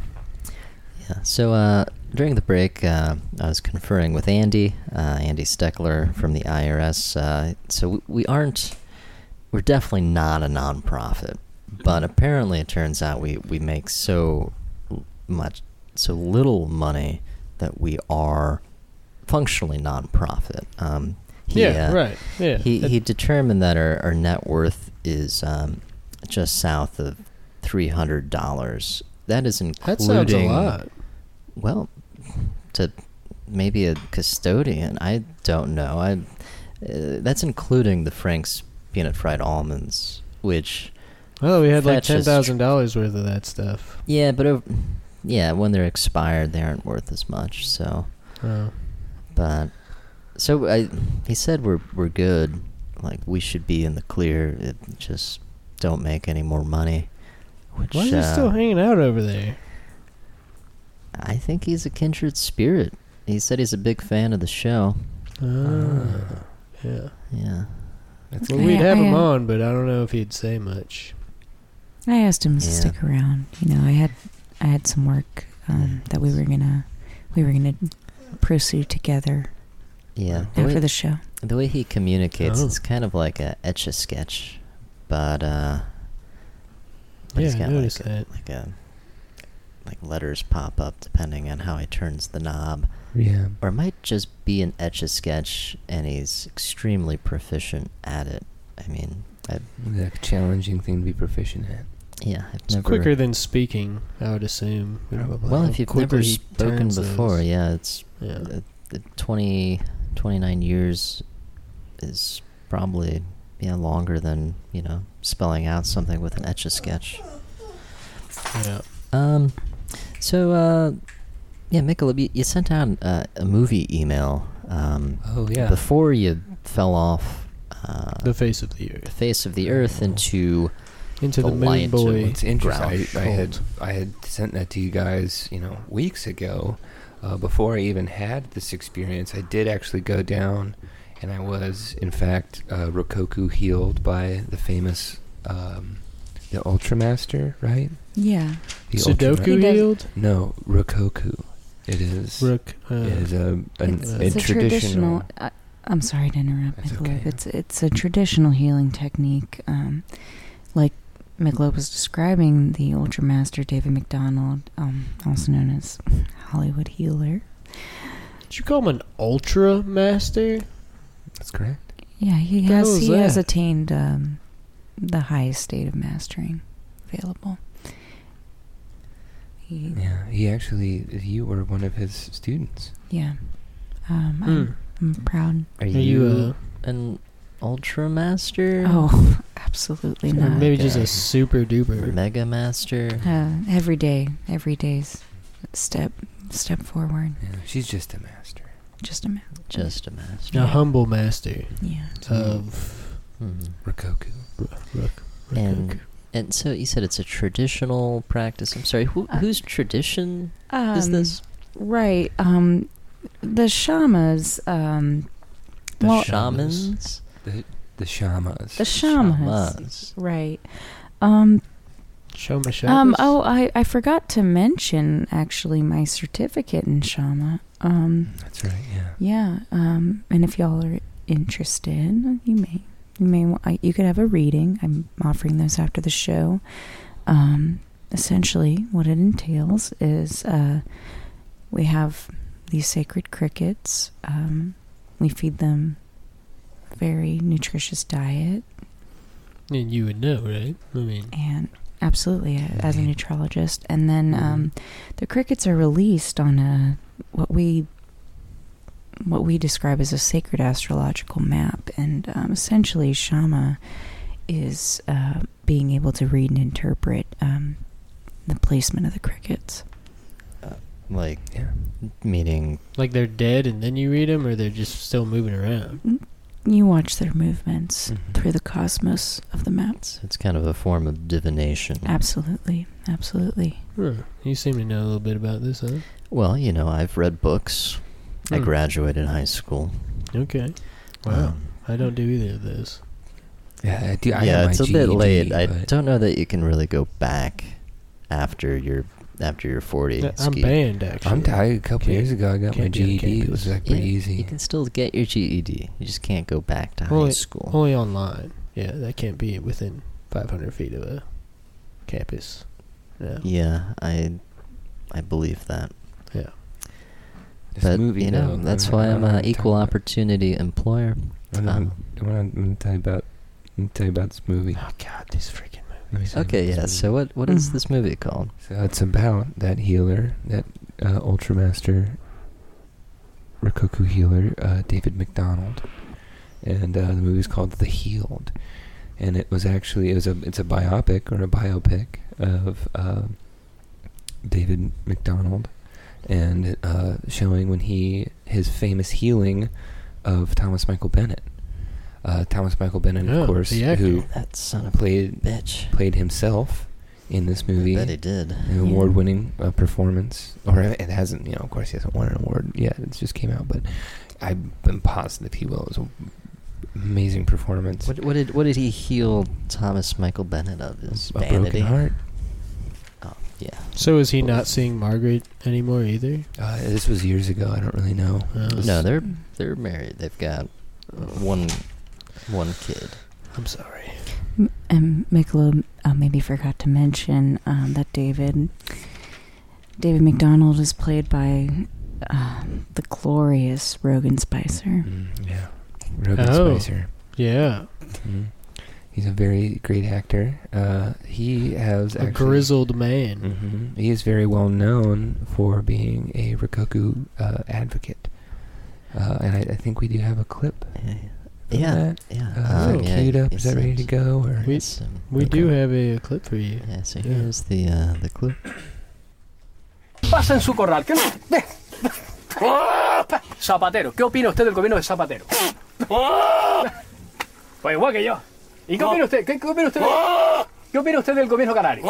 A: Yeah. So uh, during the break, uh, I was conferring with Andy, uh, Andy Steckler from the IRS. Uh, so we, we aren't, we're definitely not a nonprofit, but apparently it turns out we we make so l- much, so little money that we are functionally nonprofit. Um, he,
B: Yeah.
A: uh,
B: right. Yeah.
A: He
B: That-
A: he determined that our, our net worth is um, just south of three hundred dollars. That is including
B: that sounds a lot.
A: well, to maybe a custodian. I don't know. I uh, that's including the Frank's peanut fried almonds, which
B: Well, we had like ten
A: Fetches.
B: thousand dollars worth of that stuff.
A: yeah, but ov- yeah, when they're expired, they aren't worth as much. So,
B: Oh.
A: but so I he said we're we're good. Like we should be in the clear. It just don't make any more money. Which
B: Why is he
A: uh,
B: still hanging out over there?
A: I think he's a kindred spirit. He said he's a big fan of the show.
B: Ah, yeah.
A: Yeah.
C: That's
B: Well,
D: I-
B: we'd have
D: I-
B: him on, but I don't know if he'd say much.
D: I asked him to
A: Yeah.
D: stick around. You know, I had I had some work
C: Mm.
D: um, that we were gonna we were gonna pursue together
A: Yeah. The way-
D: after the show.
A: The way he communicates,
B: Oh.
A: it's kind of like a etch a sketch, but uh, but he's
B: Yeah, I
A: got
B: noticed
A: like, a-
B: that.
A: like a like letters pop up depending on how he turns the knob,
C: yeah.
A: or it might just be an etch a sketch, and he's extremely proficient at it. I mean, I,
C: Like a challenging thing to be proficient at.
A: yeah, I've
B: It's
A: never
B: quicker than speaking, I would assume.
C: Probably.
A: well,
B: How
A: if you've
B: quickly
A: never
B: he
A: spoken
B: turns
A: before,
B: those.
A: yeah, it's
B: Yeah.
A: uh, uh, 20, 29 years is probably yeah longer than you know spelling out something with an etch a sketch.
B: yeah.
A: Um, so uh, yeah, Michelob, you, you sent out uh, a movie email. Um,
C: Oh, yeah.
A: Before you fell off uh,
B: The face of the
A: the
B: earth.
A: face of the earth into
B: Into
A: the
B: the, moon
A: light of
B: boy.
A: what's
C: It's interesting.
A: Grouch
C: I, I had
B: Holt.
C: I had sent that to you guys, you know, weeks ago, uh, before I even had this experience. I did actually go down, and I was in fact uh, Rokoku healed by the famous, um, the Ultramaster, right?
D: Yeah.
C: The Ultrama-
B: Sudoku
D: He does-
B: yield?
C: no, Rokoku. It is.
B: Rook. Uh,
C: it is a an,
D: it's,
B: uh,
C: a
D: it's a
C: traditional.
D: traditional. I, I'm sorry to interrupt,
C: That's
D: Michelob.
C: okay.
D: It's it's a traditional healing technique, um, like Michelob was describing. The Ultra Master David McDonald, um, also known as Hollywood Healer.
B: Did you call him an ultra master?
C: That's correct.
D: Yeah, he
B: The hell
D: has
B: is
D: he has
B: that?
D: attained um, the highest state of mastering available. He,
C: Yeah, he actually you were one of his students.
A: Hmm.
D: yeah, um, I'm, I'm proud.
A: are
B: Hmm. Are you,
A: you
B: uh,
A: an Ultra Master?
D: Oh, absolutely
B: Or
D: not.
B: Hmm. maybe just
A: okay.
B: a super duper.
A: Mega Master?
D: Uh, every day, every day's step, step forward.
C: Yeah, she's just a master.
D: Just a minute.
A: Just a master.
B: A humble master
D: Yeah.
A: Hmm.
B: of
A: Mhm.
C: Rokoku.
A: And and so you said it's a traditional practice. I'm sorry, who,
D: Uh,
A: whose tradition
D: Um,
A: is this?
D: Right. Um, the shamas. Um,
A: The
D: well,
A: shamans?
C: The shamas.
D: the shamas.
A: Shamans.
D: Right. Um,
B: Shoma Shabbos.
D: um, oh, I, I forgot to mention actually my certificate in shama. Um,
C: That's right. Yeah.
D: yeah. Um, and if y'all are interested, you may you may wa- I, you could have a reading. I'm offering those after the show. Um, essentially, what it entails is uh, we have these sacred crickets. Um, we feed them very nutritious diet.
B: and you would know, right? I mean,
D: and absolutely a- as a
C: Mhm.
D: neutrologist and then
B: Mhm.
D: um, the crickets are released on a what we what we describe as a sacred astrological map and um, essentially shama is uh, being able to read and interpret um, the placement of the crickets
A: Like,
C: Yeah.
A: meaning,
B: like they're dead and then you read them, or they're just still moving around.
D: you watch their movements
C: Mhm.
D: through the cosmos of the maps
A: it's kind of a form of divination.
D: absolutely absolutely
B: Huh. You seem to know a little bit about this, huh?
A: Well, you know, I've read books. I
B: Hmm.
A: graduated high school.
B: Okay. Wow.
A: Um,
B: I don't do either of those.
C: Yeah. I do. I
A: yeah,
C: have
A: it's
C: my
A: a
B: E
A: bit
C: GED,
A: late. I
C: but-
A: don't know that you can really go back after your after your forty.
B: Yeah, I'm
A: ski.
B: banned, actually.
C: I'm tired. A couple
B: Can't-
C: years ago, I got my
B: can't be on
C: GED. It was
B: campus.
C: like pretty
A: Yeah,
C: easy.
A: You can still get your GED. You just can't go back to
B: Well,
A: high
B: it-
A: school.
B: Only online. Yeah, that can't be within 500 feet of a campus. No.
A: yeah, I I believe that.
B: Yeah.
C: This
A: But
C: movie,
A: you know,
C: though,
A: that's
C: I-
A: why
C: I
A: I'm
C: wanna
A: an
C: talk
A: equal
C: about-
A: opportunity employer.
C: I wanna-
A: um,
C: I wanna- I'm gonna tell you about. I'm gonna tell you about this movie.
B: Oh, God, these freaking movies.
C: Let me tell you
A: Okay,
C: about
A: yeah.
C: this
A: So Mm.
C: movie.
A: what what is
D: Mhm.
A: this movie called?
C: So it's about that healer, that uh, Ultramaster Rokoku healer, uh, David McDonald, and uh, the movie's called The Healed, and it was actually it was a it's a biopic or a biopic of uh, David McDonald, and uh, showing when he his famous healing of Thomas Michael Bennett. Uh, Thomas Michael Bennett,
B: Yeah,
C: of course,
B: Oh, the actor.
C: who
A: That son of
C: played
A: a bitch.
C: played himself in this
A: I
C: movie
A: bet he did.
C: an
D: Yeah.
C: award-winning uh, performance, or it hasn't. You know, of course, he hasn't won an award yet. It just came out, but I've been positive he will. It was an amazing performance.
A: What, what did what did he heal Thomas Michael Bennett of? His
C: a
A: vanity.
C: broken heart.
A: Oh yeah.
B: So is he not seeing Margaret anymore either?
C: Uh, this was years ago. I don't really know.
B: Uh,
C: This-
A: No, they're
D: Mm.
A: they're married. They've got one one kid.
B: I'm sorry.
D: M- And Michelob uh, maybe forgot to mention um, that David David McDonald is played by uh, the glorious Rogan Spicer.
C: Mm, yeah, Robin
B: Oh.
C: Spicer.
B: Yeah.
C: Mhm. He's a very great actor. Uh, he has
B: a
C: actually-
B: grizzled man.
C: Mhm. He is very well known for being a Rokoku uh, advocate, uh, and I, I think we do have a clip.
A: Yeah,
C: from
A: yeah,
C: that.
A: yeah.
C: Uh,
A: um,
C: is it
A: yeah,
C: queued up?
A: yes,
C: Is that ready to
A: yes,
C: go? Or
B: We-
A: yes, um,
B: We do
C: Okay.
B: have a clip for you.
A: Yeah, so
B: Yeah.
A: here's the uh, the clip.
F: pasa en su corral. ¿Qué? Ve. Zapatero, ¿qué opina usted del gobierno de Zapatero? Pues igual que yo. ¿Y qué opina usted? ¿Qué, qué opina usted? ¿Qué opina usted del gobierno canario?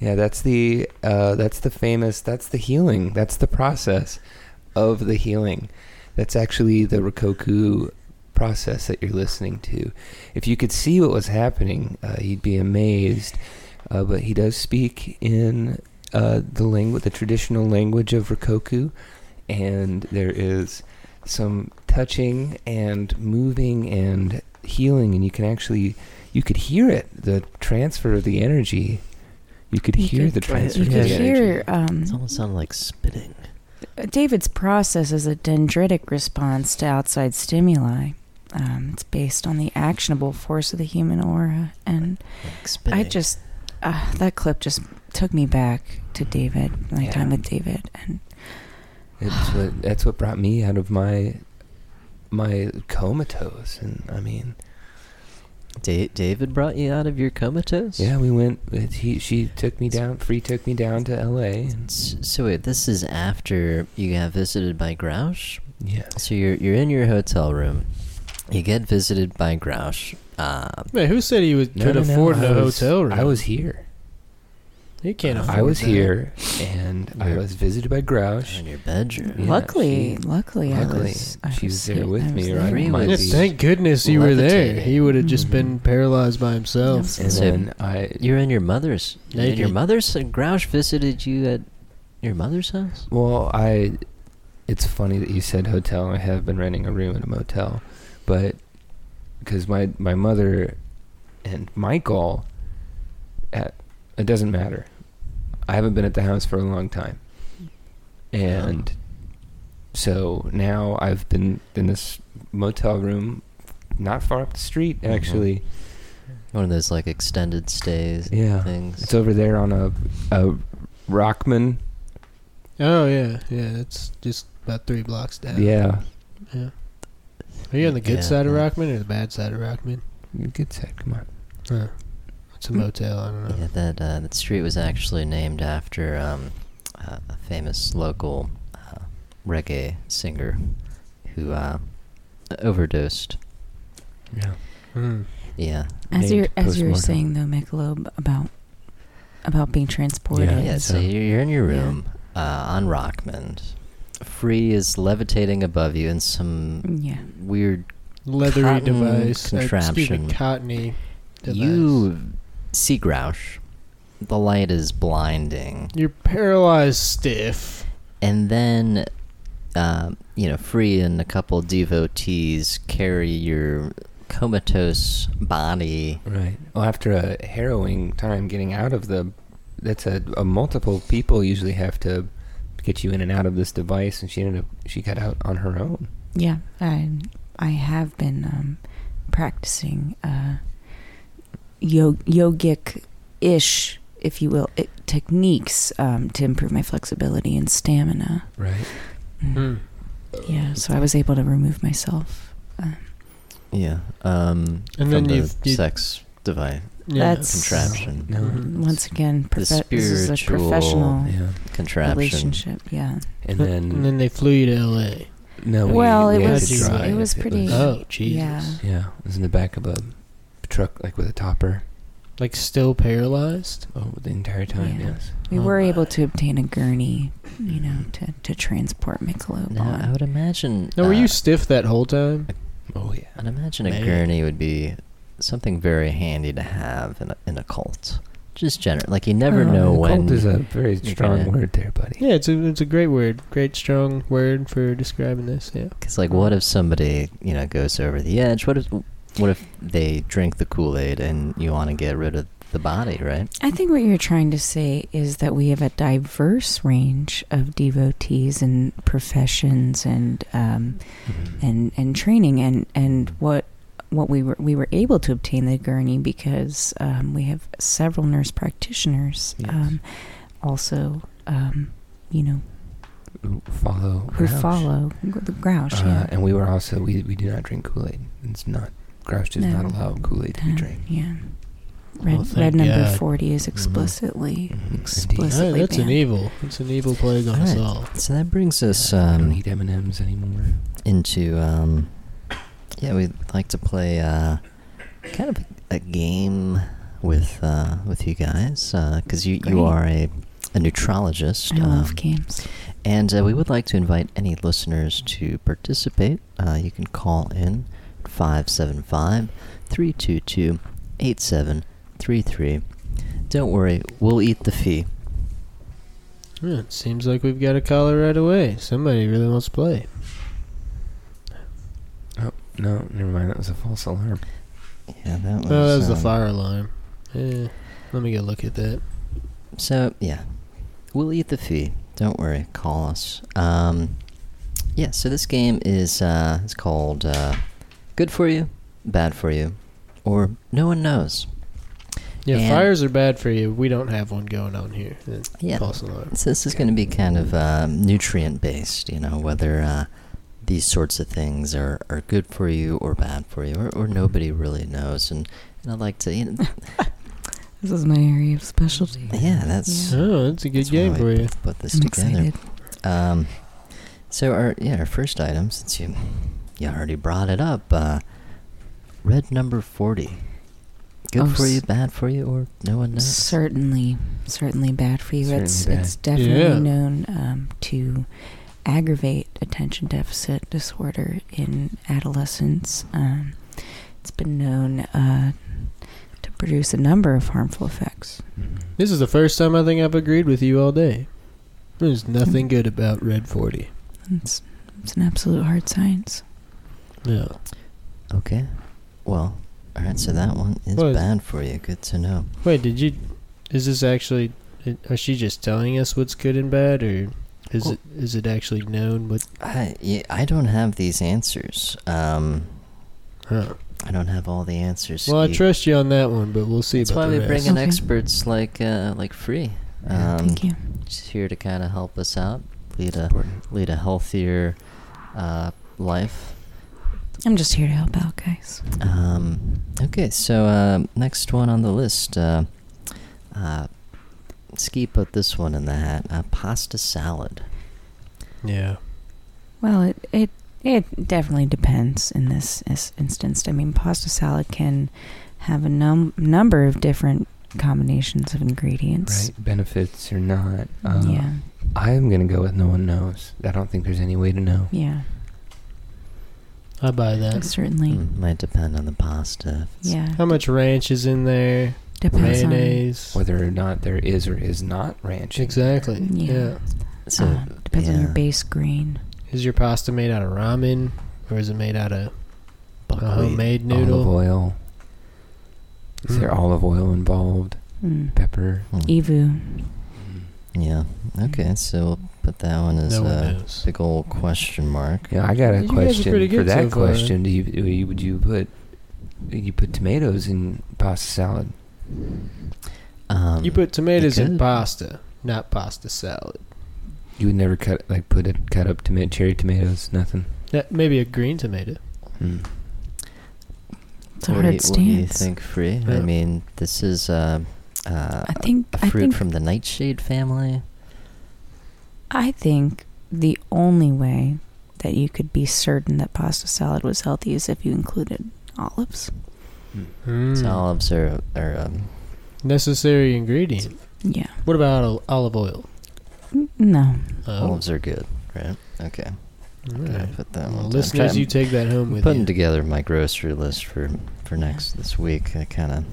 C: yeah, that's the uh, that's the famous that's the healing that's the process of the healing. That's actually the Rokoku process that you're listening to. If you could see what was happening, uh, you'd be amazed. Uh, but he does speak in uh, the language, the traditional language of Rokoku, and there is some touching and moving and healing, and you can actually you could hear it, the transfer of the energy. You could
D: You
C: hear
D: could-
C: the transfer
D: You
C: of
D: could
C: the energy.
D: hear um,
A: It almost sounded like spitting.
D: David's process is a dendritic response to outside stimuli. Um, it's based on the actionable force of the human aura, and
A: Like spitting.
D: I just uh, that clip just took me back to David, my
C: Yeah.
D: time with David, and
C: It's what, that's what brought me out of my my comatose, and I mean,
A: Da- David brought you out of your comatose.
C: yeah, we went. it- He she took me down. Free took me down to L.A. And
A: S- So wait, this is after you got visited by Grouch.
C: yeah,
A: So you're you're in your hotel room. You get visited by Grouch. Uh,
B: Man, who said he was,
C: No,
B: could
C: no, no,
B: afford
C: I
B: a
C: was-
B: hotel room?
C: I was here.
B: He can't afford
C: I was
B: that.
C: here, and I
A: You're-
C: was visited by Grouch.
A: in your bedroom.
C: Yeah,
D: luckily,
C: she-
D: luckily, I
C: luckily,
D: was. I
C: she was there
D: here-
C: with
D: I was
C: me,
D: there.
C: or I
A: Free
C: might
B: Yeah,
A: was-
C: be.
B: thank goodness you were there.
A: levitating.
B: He would have just been
C: Mhm.
B: paralyzed by himself.
C: And
A: So-
C: then I
A: You're in your mother's. in
B: Naked.
A: your mother's. Grouch visited you at your mother's house.
C: Well, I. It's funny that you said hotel. I have been renting a room in a motel, but because my my mother and Michael, at it doesn't matter. I haven't been at the house for a long time, and so now I've been in this motel room, not far up the street
A: Mhm.
C: actually.
A: One of those like extended stays. and
C: Yeah.
A: Things.
C: It's over there on a a Rockman.
B: Oh yeah, yeah. It's just about three blocks down.
C: Yeah,
B: yeah. Are you on the good
A: Yeah,
B: side of
A: yeah.
B: Rockman or the bad side of Rockman?
C: good set. Come on.
B: Huh. It's a motel. I don't know.
A: Yeah, that uh, that street was actually named after um, uh, a famous local uh, reggae singer who uh, overdosed.
C: Yeah.
B: Hmm.
A: Yeah,
D: As
C: Named
D: you're as you were
C: postmortem.
D: saying though, Michelob about about being transported.
C: Yeah,
A: yeah. So,
C: so-
A: you're you're in your
D: uh, Yeah.
A: room uh, on Rockman. Free is levitating above you in some
D: Yeah.
A: weird.
B: Leathery
A: Cotton
B: device. or, excuse
A: contraption.
B: me, cottony. Device.
A: You see Grouch. The light is blinding.
B: You're paralyzed, stiff.
A: And then, uh, you know, Free and a couple devotees carry your comatose body.
C: Right. Well, after a harrowing time getting out of the, that's a, a multiple people usually have to get you in and out of this device, and she ended up she got out on her own.
D: Yeah, I I have been um, practicing uh, yo- yogic ish, if you will, i techniques um, to improve my flexibility and stamina. Mm.
C: Right.
B: Hmm.
D: Yeah, so I was able to remove myself.
A: Yeah. Um,
B: And
A: from
B: then
A: the
B: you've- you-
A: sex device
D: That's-
A: contraption.
C: No.
B: Mhm.
D: Once again, profe- this is a
A: spiritual
D: professional
C: Yeah.
A: Contraption.
D: relationship. Yeah.
C: And then
B: they flew you to L.A.
C: no.
D: well,
C: we,
D: it
C: we had
D: was
C: to drive.
D: it was pretty.
B: Oh, Jesus.
D: Yeah.
C: Yeah. It was in the back of a truck, like with a topper.
B: Like still paralyzed.
C: Oh, the entire time.
D: Yeah.
C: Yes.
D: We
B: Oh
D: were
B: my.
D: able to obtain a gurney, you know, to, to transport Michelob
A: Now,
D: on.
A: I would imagine.
B: Now, were
A: uh,
B: you stiff that whole time?
C: Oh yeah.
A: I'd imagine a
B: Man.
A: gurney would be something very handy to have in a, in a cult. Just general, like you never
D: Oh,
A: know
D: the
A: when.
C: Cold is a very
A: you're
C: strong
A: gonna-
C: word there, buddy.
B: Yeah, it's a it's a great word, great strong word for describing this. Yeah.
A: Because like, what if somebody you know goes over the edge? What if what if they drink the Kool Aid and you want to get rid of the body, right?
D: I think what you're trying to say is that we have a diverse range of devotees and professions and um, and and training and and what what we were we were able to obtain the gurney because um, we have several nurse practitioners
C: Yes.
D: um, also um, you know
C: Who Follow.
D: who
C: Grouch.
D: follow the Grouch
C: Uh,
D: yeah.
C: and we were also we, we do not drink Kool Aid. It's not Grouch does not
D: No.
C: allow Kool Aid to be
D: Um,
C: drank.
D: yeah
B: Well,
D: red,
B: thank
D: red number
B: God.
D: forty is explicitly
C: Mhm. Indeed.
D: explicit.
B: Hey,
D: Implicitly
B: that's an
D: banned.
B: evil. It's an evil plague on us
A: Alright.
B: all.
A: So that brings us
C: I don't
A: um,
C: eat M and M's anymore.
A: into um, yeah, we'd like to play uh, kind of a game with uh, with you guys because you
D: Great.
A: you are a a neutrologist.
D: I love
A: um,
D: games.
A: And uh, we would like to invite any listeners to participate. Uh, you can call in 575 322 8733. Don't worry, we'll eat the fee.
B: Yeah, it seems like we've got a caller right away. Somebody really wants to play.
C: Oh no, never mind. That was a false alarm.
A: Yeah, that was,
B: Oh, that was the
A: um,
B: fire alarm. Yeah. Let me go look at that.
A: So, yeah, we'll eat the fee. Don't worry, call us. Um, yeah, so this game is uh, it's called uh, Good for You, Bad for You, or No One Knows.
B: Yeah,
A: And-
B: fires are bad for you. We don't have one going on here. It's
A: Yeah.
B: False alarm.
A: um, So this is going to be kind of uh, nutrient based, you know, whether uh, these sorts of things are, are good for you or bad for you, or, or nobody really knows. And, and I'd like to, you know,
D: This is my area of specialty.
A: yeah, that's,
D: Yeah.
B: Oh, that's a good
A: that's why
B: game
A: we
B: for you.
A: put- Put this
D: I'm
A: together.
D: excited.
A: Um, so our yeah our first item since you you already brought it up, uh, red number forty. Good
D: Oh,
A: for
D: s-
A: you, bad for you, or no one knows.
D: Certainly, certainly bad for you. it's
C: Certainly
D: it's definitely
B: Yeah.
D: known um, to aggravate attention deficit disorder in adolescents. Um, it's been known uh, to produce a number of harmful effects.
B: This is the first time I think I've agreed with you all day. There's nothing good about Red 40.
D: It's it's an absolute hard science.
B: Yeah.
A: Okay, well, all right. So that one is
B: Well, it's-
A: bad for you. Good to know.
B: Wait, did you. Is this actually. Are she just telling us what's good and bad, or is
A: Well-
B: it is it actually known what.
A: I yeah, I don't have these answers. Um,
B: Huh.
A: I don't have all the answers.
B: Well, I
A: You- Mm-hmm.
B: trust you on that one, but we'll see
A: That's why
B: about the
A: we
B: rest.
A: bring in
D: Okay.
A: experts like uh, like free. Um,
D: Thank you.
A: She's here to kind of help us out, lead a
C: Mm-hmm. Important.
A: lead a healthier uh, life.
D: I'm just here to help out, guys.
A: Um, okay, so uh, next one on the list. Uh, uh, Ski put this one in the hat. Uh, pasta salad.
B: Yeah.
D: Well, it it it definitely depends in this, is- instance. I mean, pasta salad can have a num- number of different combinations of ingredients.
C: Right, benefits or not. Um,
D: yeah,
C: I'm gonna go with no one knows. I don't think there's any way to know.
D: yeah,
B: I buy that.
D: certainly.
A: Mm, might depend on the pasta. If it's-
D: Yeah,
B: How much ranch is in there?
D: depends
B: Mayonnaise.
C: Whether or not there is or is not ranch.
B: Exactly.
D: Yeah.
B: yeah.
A: uh, So,
D: on uh, depends on your
A: yeah,
D: base grain.
B: Is your pasta made out of ramen, or is it made out of a
A: buckwheat.
B: homemade
C: Olive
B: noodle?
C: oil. Is there
D: Hmm.
B: Mm.
C: olive oil involved?
D: Mm.
C: Pepper.
A: Mm,
D: Evu.
A: yeah. Okay, so we'll put that one as
B: No one
A: a
B: knows.
A: uh, big old question mark.
C: Yeah, I got a
B: You guys are pretty
C: question for
B: good
C: that
B: so far.
C: question. Do you, do you would you put you put tomatoes in pasta salad?
A: Um,
B: You put tomatoes in
A: could.
B: pasta, not pasta salad.
C: You would never cut like put a cut up tomato cherry tomatoes. Nothing.
B: Yeah, maybe a green tomato.
C: Mm.
D: It's a
A: what do
D: hard
A: you, What do you
D: stance.
A: think, Free? I
B: Yeah.
A: mean, this is uh, uh,
D: I think.
A: a
D: I
A: fruit
D: think.
A: from the nightshade family.
D: I think the only way that you could be certain that pasta salad was healthy is if you included olives.
A: So
B: Mm.
A: olives are, are um,
B: Necessary ingredient.
D: Yeah.
B: What about ol- olive oil?
D: N- No.
B: Oh,
A: olives are good, right? Okay, gotta
B: alright.
A: put that
B: Well,
A: one.
B: listeners,
A: I'm
B: you take that home
A: I'm
B: with
A: putting
B: you.
A: together my grocery list for for next this week. I kind of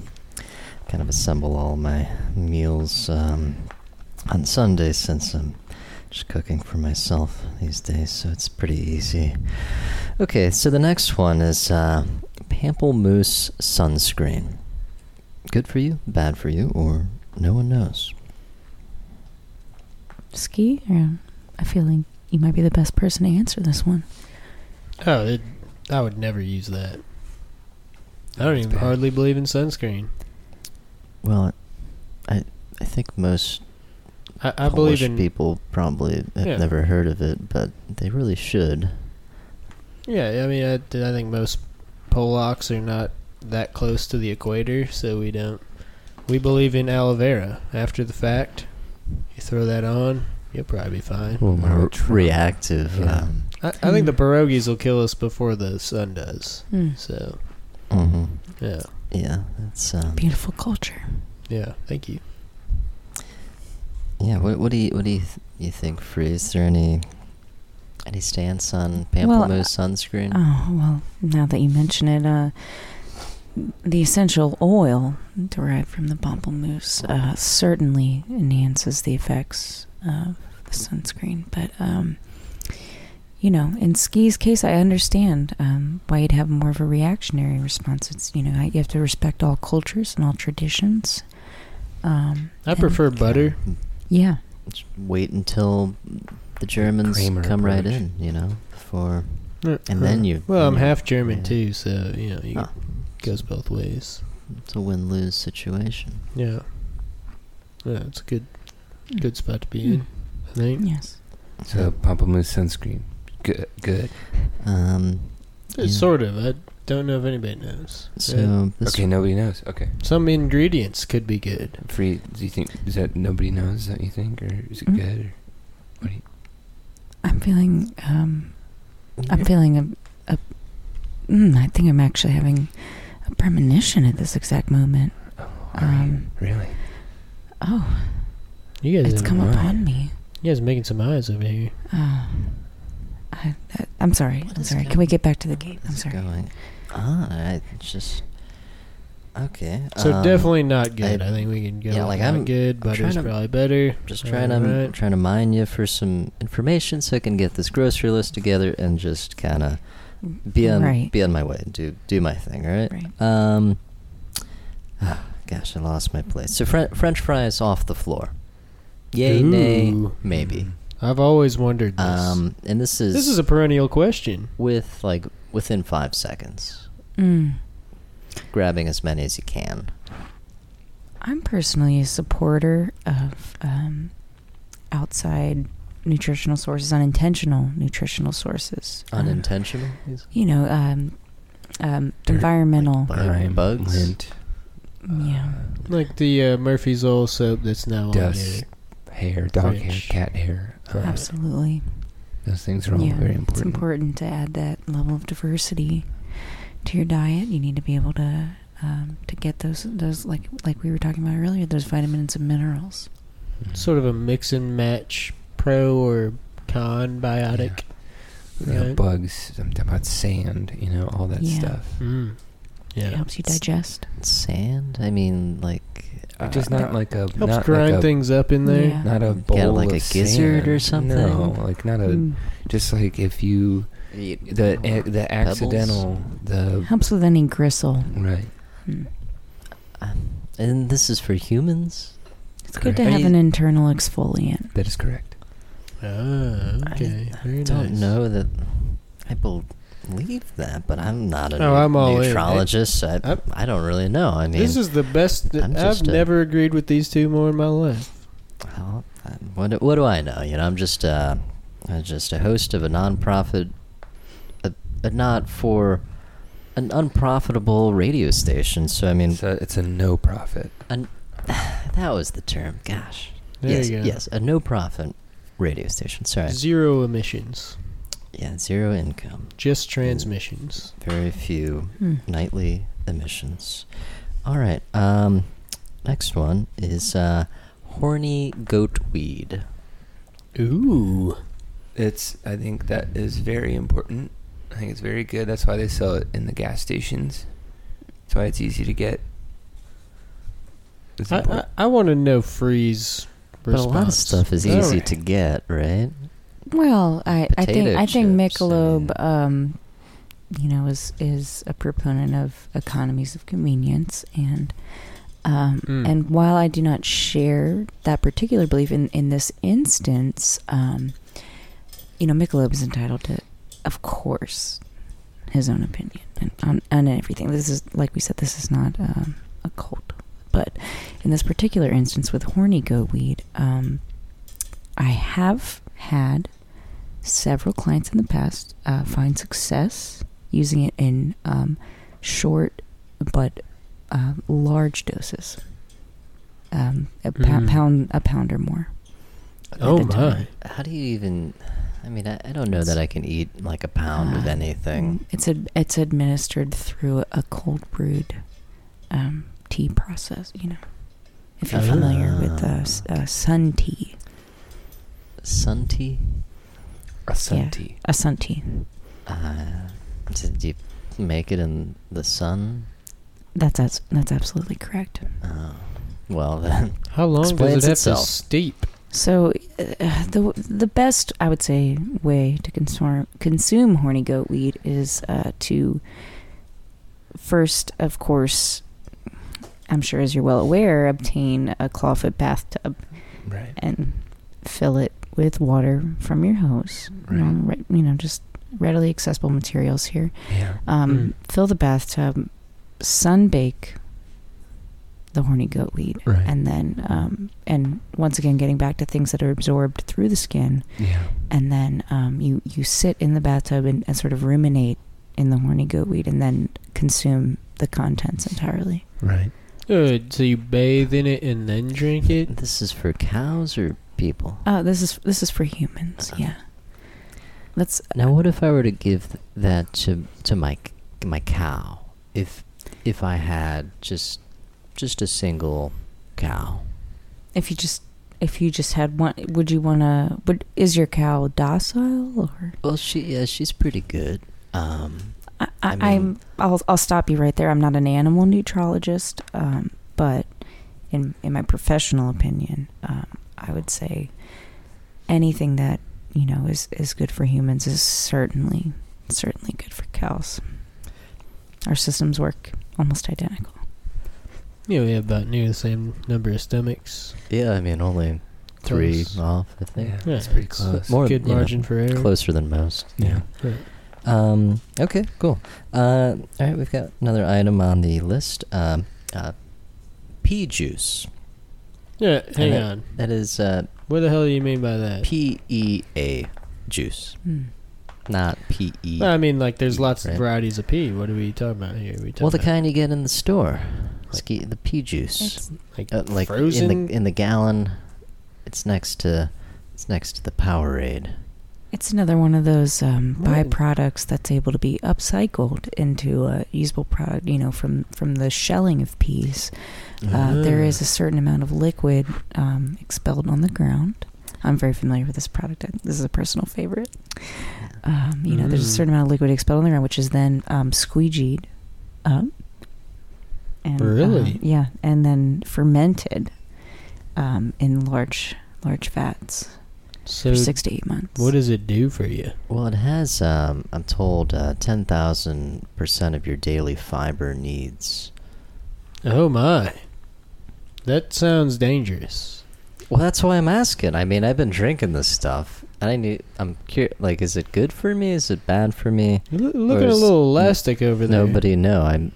A: kind of assemble all my meals um, on Sundays since I'm just cooking for myself these days, so it's pretty easy. Okay, so the next one is uh, pamplemousse sunscreen. Good for you, bad for you, or no one knows.
D: Ski? Or I feel like you might be the best person to answer this one.
B: Oh, it, I would never use that. I don't
C: It's
B: even
C: bad.
B: hardly believe in sunscreen.
A: Well, I I think most
B: I, I
A: Polish
B: believe in
A: people probably have
B: Yeah.
A: never heard of it, but they really should.
B: Yeah, I mean, I, I think most Polacks are not that close to the equator, so we don't. We believe in aloe vera. After the fact, you throw that on, you'll probably be fine.
C: Well,
A: More
C: we're tr-
A: reactive.
C: Yeah.
A: Um,
B: I, I think the pierogies will kill us before the sun does. So, Mm-hmm.
A: mhm.
B: yeah,
A: Yeah, that's um,
D: Beautiful culture.
B: yeah. Thank you.
A: yeah. What, what do you what do you, th- you think, Free? Is there any any stance on pamplemousse sunscreen?
D: Oh, well, now that you mention it, uh, the essential oil derived from the pamplemousse uh, certainly enhances the effects of the sunscreen. But, um, you know, in Ski's case, I understand um, why you'd have more of a reactionary response. It's, you know, you have to respect all cultures and all traditions. Um,
B: I
D: and-
B: prefer butter.
D: Yeah.
A: Just wait until the Germans
C: Kramer
A: come right
C: approach.
A: in. You know, before and then you.
B: Uh, Well, I'm
A: you know,
B: half German
A: yeah.
B: too, so you know, you,
A: Ah.
B: it goes both ways.
A: It's a win lose situation.
B: Yeah. Yeah, it's a
A: Hmm.
B: good, good spot to be in. I think.
D: Yes.
C: So pamplemousse sunscreen. Good. Good.
A: Um, Yeah.
B: Sort of. I don't know if anybody knows.
A: so
B: Uh,
A: this
C: okay, nobody knows. Okay.
B: some ingredients could be good.
C: Free. Do you think is that nobody knows? Is that you think, or is it
B: Mm-hmm.
D: Mm.
C: good? Or
D: I'm feeling. Um, I'm feeling a. a mm, I think I'm actually having a premonition at this exact moment.
A: Oh,
D: Um,
C: really?
D: oh,
B: You guys,
D: it's
B: have-
D: come
C: right.
D: upon me.
B: you guys making some eyes over here.
D: Oh, I, I, I'm sorry.
A: What
D: I'm
A: is
D: sorry.
A: going-
D: Can we get back to the gate? I'm
A: is
D: sorry.
A: going. Ah, alright, it's just okay.
B: So
A: um,
B: definitely not good.
A: I-
B: I, think we can go.
A: yeah,
B: with
A: like,
B: not
A: I'm-
B: good,
A: I'm
B: but
A: trying
B: it's
A: to-
B: probably better.
A: Just trying to
B: Alright.
A: trying to mine you for some information so I can get this grocery list together and just kind of be on
D: Mm, Right.
A: be on my way. Do do my thing. All right.
D: Right.
A: Um. ah, gosh, I lost my place. So Fren French fries off the floor. Yay, nay,
B: Ooh.
C: Mm.
A: maybe.
B: I've always wondered this.
A: Um, and this is
B: this is a perennial question.
A: with like within five seconds,
D: Mm.
A: grabbing as many as you can.
D: I'm personally a supporter of um, outside nutritional sources, unintentional nutritional sources.
B: Ah.
D: Um,
A: Unintentional. Like
D: you know, um, um,
C: Dirt,
D: environmental.
A: bug- bugs.
C: lint,
D: yeah.
B: Like the uh, Murphy's oil soap that's now
C: Dust. hair, dog
B: French.
C: hair, cat hair. uh,
B: Right.
D: Absolutely.
C: those things are all
D: yeah.
C: very
D: It's
C: important.
D: important to add that level of diversity to your diet. You need to be able to um, to get those those like like we were talking about earlier, those vitamins and minerals.
B: on it. Sort of a mix and match pro or con biotic.
C: You know,
B: right?
C: bugs. I'm talking about sand. You know all that
D: Yeah.
C: stuff.
B: Mm. Yeah.
D: It helps you digest.
A: Sand. I mean, like uh,
C: Just not like a
B: Helps
C: not
B: grind
C: like a,
B: things up in there.
D: Yeah.
C: Not a
A: Get,
C: bowl
A: like,
C: of
A: a gizzard or
C: sand.
A: something? Hmm.
C: No, like not a.
D: Mm.
C: Just like if you
A: eat
C: the eh, the accidental the
D: Helps with any gristle.
C: right.
D: Mm.
A: And this is for humans.
D: It's good to
A: Are
D: have
A: you-
D: an internal exfoliant.
C: That is correct.
B: Ah, okay. Very
A: I don't
B: nice.
A: know that. I believe that, but I'm not a
B: Oh,
A: nu-
B: I'm all in.
A: nutrologist. I,
B: I'm-
A: I don't really know. I mean,
B: this is the best. that-
A: I'm
B: I've
A: just a-
B: never agreed with these two more in my life.
A: how- what do- what do I know? You know, I'm just uh, I'm just a host of a nonprofit, a, a not for an unprofitable radio station. So I mean,
C: It's a, it's a no profit.
A: an, that was the term. Gosh,
B: There
A: yes,
B: you go.
A: yes, a no profit radio station. Sorry,
B: Zero emissions,
A: yeah, zero income,
B: just transmissions.
A: very few
D: Hmm.
A: nightly emissions. All right. Um, next one is uh, horny goat weed.
B: Ooh.
C: It's I think that is very important. I think it's very good. That's why they sell it in the gas stations. That's why it's easy to get. It's
B: I, I,
C: important.
B: I want to know freeze
A: But
B: response.
A: a lot of stuff is
B: All
A: easy
B: right.
A: to get, right?
D: Well, I, I think
A: Potato
D: I think
A: chips
D: Michelob, um, you know, is is a proponent of economies of convenience, and um,
A: Hmm.
B: Mm.
D: and while I do not share that particular belief in in this instance, um, you know, Michelob is entitled to, of course, his own opinion and on, on everything. This is like we said, this is not um, a cult, but in this particular instance with horny goat weed, um, I have had several clients in the past uh, find success using it in um, short but uh, large doses, um, a pou-
B: Mm.
D: pound a pound or more.
B: Oh
D: at a time.
B: my.
A: How do you even? I mean, I, I don't know that I can eat like a pound of
D: Uh,
A: anything.
D: Mm, It's ad it's administered through a cold brewed um, tea process. You know, if you're familiar with uh, s- uh, sun tea,
A: Sun tea.
C: a sun
D: yeah.
C: tea.
D: a sun tea.
A: Uh, did you make it in the sun?
D: That's abs- that's absolutely correct.
A: Oh, well then.
B: How long
A: Explains
B: does it have
A: itself.
B: to steep?
D: So uh, the the best I would say way to consume consume horny goat weed is uh, to first, of course, I'm sure as you're well aware, obtain a clawfoot bathtub
C: Right.
D: and fill it with water from your hose. You
A: mm-hmm.
D: know, re- you know, just readily accessible materials here.
C: Yeah.
D: Um, Fill the bathtub, sunbake the horny goat weed,
C: Right.
D: and then um, and once again getting back to things that are absorbed through the skin,
C: Yeah.
D: and then um, you you sit in the bathtub and, and sort of ruminate in the horny goat weed, and then consume the contents entirely.
C: Right.
B: Good. So you bathe in it and then drink it.
A: This is for cows or people?
D: Oh, this is this is for humans. Yeah, that's
A: Now, what if I were to give that to to my my cow? If if I had just just a single cow,
D: if you just if you just had one. Would you want to? Would is your cow docile or?
A: well, she yeah, she's pretty good. Um,
D: I,
A: I
D: I,
A: mean-
D: I'm. I'll. I'll stop you right there. I'm not an animal neutrologist, um, but in in my professional opinion, um, I would say anything that you know is is good for humans is certainly certainly good for cows. Our systems work almost identical.
B: Yeah, we have about near the same number of stomachs.
A: yeah, I mean only three
B: Close.
A: off, I think.
C: Yeah.
B: Yeah,
C: That's pretty
B: it's
C: close.
A: more-
B: Good
A: you know,
B: margin for error.
A: Closer than most.
C: Yeah.
B: Right.
A: Um, okay, cool. Uh, all right, we've got another item on the list. Um, uh, pea juice.
B: Yeah, hang
A: And it-
B: on.
A: That is uh,
B: What the hell do you mean by that?
A: P E A juice,
D: Hmm.
A: not P E.
B: Well, I mean, like, there's lots
A: Right.
B: of varieties of pea. What are we talking about here? Are we talking
A: Well, the
B: about,
A: kind you get in the store, Ski- the pea juice,
D: It's-
B: like,
A: uh, like
B: frozen.
A: in the in the gallon. It's next to it's next to the Powerade.
D: It's another one of those um,
B: Whoa.
D: byproducts that's able to be upcycled into a usable product. You know, from from the shelling of peas. Uh, there
B: Ah.
D: is a certain amount of liquid um, expelled on the ground. I'm very familiar with this product. I- This is a personal favorite. Um, you know, there's a
B: Mm.
D: certain amount of liquid expelled on the ground, which is then um, squeegeed up. And, uh,
B: Really?
D: yeah, and then fermented um, in large large vats
B: so
D: for six to eight months.
B: What does it do for you?
A: Well, it has um, I'm told uh, ten thousand percent of your daily fiber needs.
B: Oh my. That sounds dangerous.
A: Well, that's why I'm asking. I mean, I've been drinking this stuff, and I need. I'm curious. Like, is it good for me? Is it bad for me?
B: You're loo- looking a
A: is
B: little elastic over there.
A: Nobody know. I'm.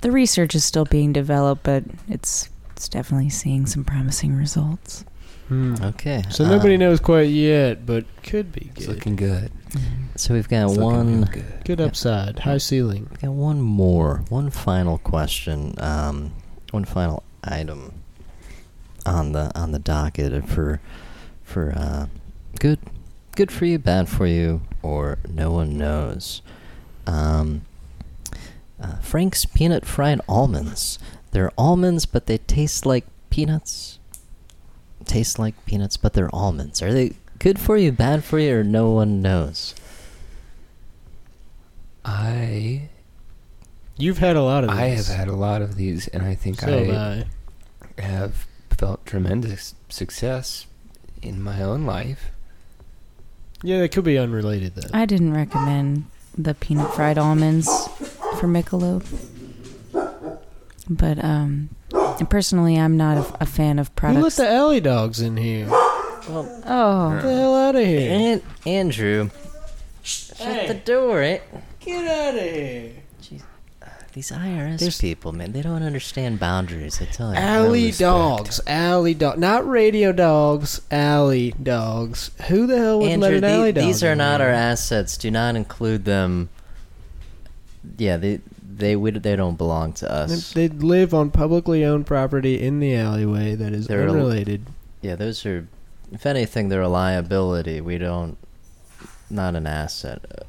D: the research is still being developed, but it's it's definitely seeing some promising results.
B: Hmm.
A: Okay.
B: So nobody
A: um,
B: knows quite yet, but could be
C: It's
B: good.
C: looking good.
B: Mm.
A: So we've got
C: It's looking
A: one.
C: real good.
B: good
A: yeah.
B: upside, high ceiling.
A: Got one more, one final question, um, one final item on the on the docket for for uh, good good for you, bad for you, or no one knows. Um, uh, Frank's peanut fried almonds. They're almonds, but they taste like peanuts. Taste like peanuts, but they're almonds. Are they good for you, bad for you, or no one knows?
C: I
B: You've had a lot of these.
C: I have had a lot of these, and I think
B: so have
C: I
B: I.
C: have felt tremendous success in my own life.
B: Yeah, that could be unrelated though.
D: I didn't recommend the peanut fried almonds for Michelob, but um, personally, I'm not a, a fan of
B: You let
D: products.
B: the alley dogs in here. Get
D: oh,
B: the hell out of here.
A: And Andrew, shut the door. It
B: Get out of here.
A: these IRS
B: There's-
A: people, man, they don't understand boundaries. I tell you.
B: Alley
A: No
B: dogs, alley dog, not radio dogs, alley dogs. Who the hell would
A: respect.
B: let
A: Andrew,
B: an
A: the-
B: alley dog?
A: these
B: in
A: are not
B: here?
A: our assets. Do not include them. Yeah, they they would they don't belong to us.
B: They they live on publicly owned property in the alleyway that is
A: They're a-
B: unrelated.
A: yeah, those are, if anything, they're a liability. We don't, not an asset. Uh,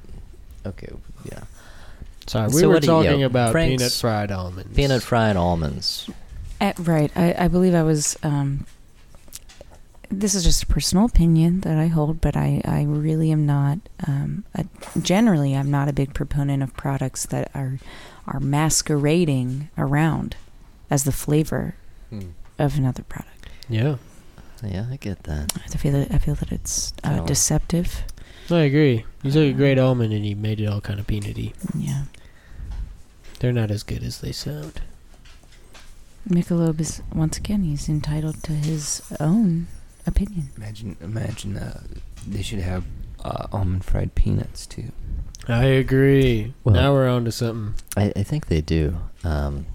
A: Okay, yeah.
B: Sorry,
A: So
B: we were
A: what do you-
B: talking
A: yeah,
B: about
A: Frank's-
B: peanut fried almonds.
A: Peanut fried almonds.
D: eh, right. I, I believe I was. Um, this is just a personal opinion that I hold, but I, I really am not. Um, a, generally, I'm not a big proponent of products that are are masquerading around as the flavor of another product.
B: Yeah,
A: Yeah, I get that.
D: I feel that I feel that it's uh,
A: Oh.
D: deceptive.
B: I agree. You took a great almond and you made it all kind of peanutty.
D: Yeah,
B: They're not as good as they sound.
D: Michelob is once again he's entitled to his own opinion.
C: Imagine, imagine uh, they should have uh, almond fried peanuts too.
B: I agree.
A: Well-
B: now we're on to something.
A: I, I think they do. Um,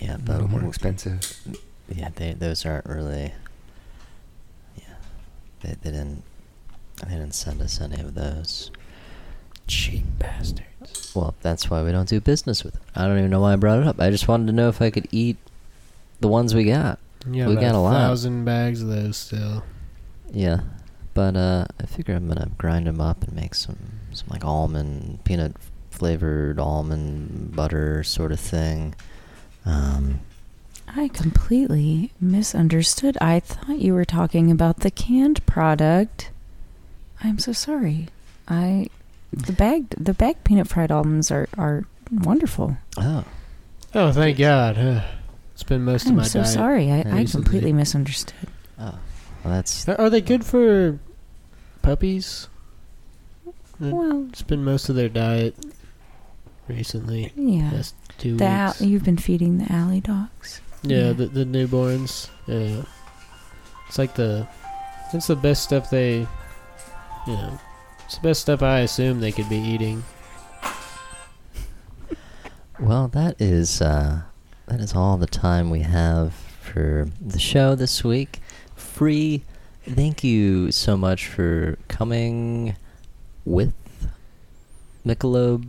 A: Yeah,
C: a
A: but
C: little more
A: we're-
C: expensive.
A: yeah, they those aren't really. Yeah, they they didn't they didn't send us any of those. Cheap bastards. Well, that's why we don't do business with them. I don't even know why I brought it up. I just wanted to know if I could eat the ones we got.
B: Yeah,
A: We
B: about
A: got a lot.
B: thousand bags of those still.
A: Yeah, but uh, I figure I'm gonna grind them up and make some some like almond peanut flavored almond butter sort of thing. Um,
D: I completely misunderstood. I thought you were talking about the canned product. I'm so sorry. I the bagged the bagged peanut fried almonds are are wonderful.
A: oh,
B: Oh, thank God. Ugh. It's been most of
D: I'm
B: my
D: so
B: diet.
D: sorry. I, I
B: recently.
D: completely misunderstood.
A: oh, well, that's
B: Are- Are they good for puppies? Mm.
D: Well,
B: It's been most of their diet recently.
D: yeah.
B: Last two
D: the al-
B: weeks.
D: you've been feeding the alley dogs.
B: yeah, the, the newborns. Yeah. It's like the. It's the best stuff they. You know. It's the best stuff I assume they could be eating.
A: Well, that is uh, that is all the time we have for the show this week. Free, thank you so much for coming with Michelob.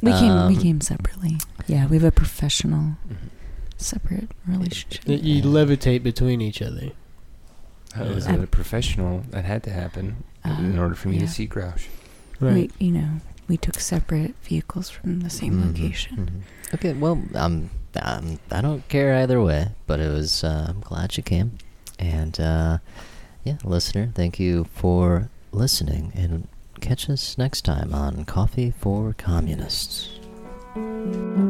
D: We came
A: Um,
D: we came separately. Yeah, we have a professional separate relationship.
B: You- You levitate between each other.
C: I was
D: Um,
C: a professional. That had to happen in
D: Uh,
C: order for me
D: yeah.
C: to see Grouch.
D: We you know, we took separate vehicles from the same
A: Mhm,
D: location.
A: mhm. Okay, well, I'm, I'm I don't care either way, but it was uh, I'm glad you came, and uh, yeah, listener, thank you for listening, and catch us next time on Coffee for Communists.
D: Mm.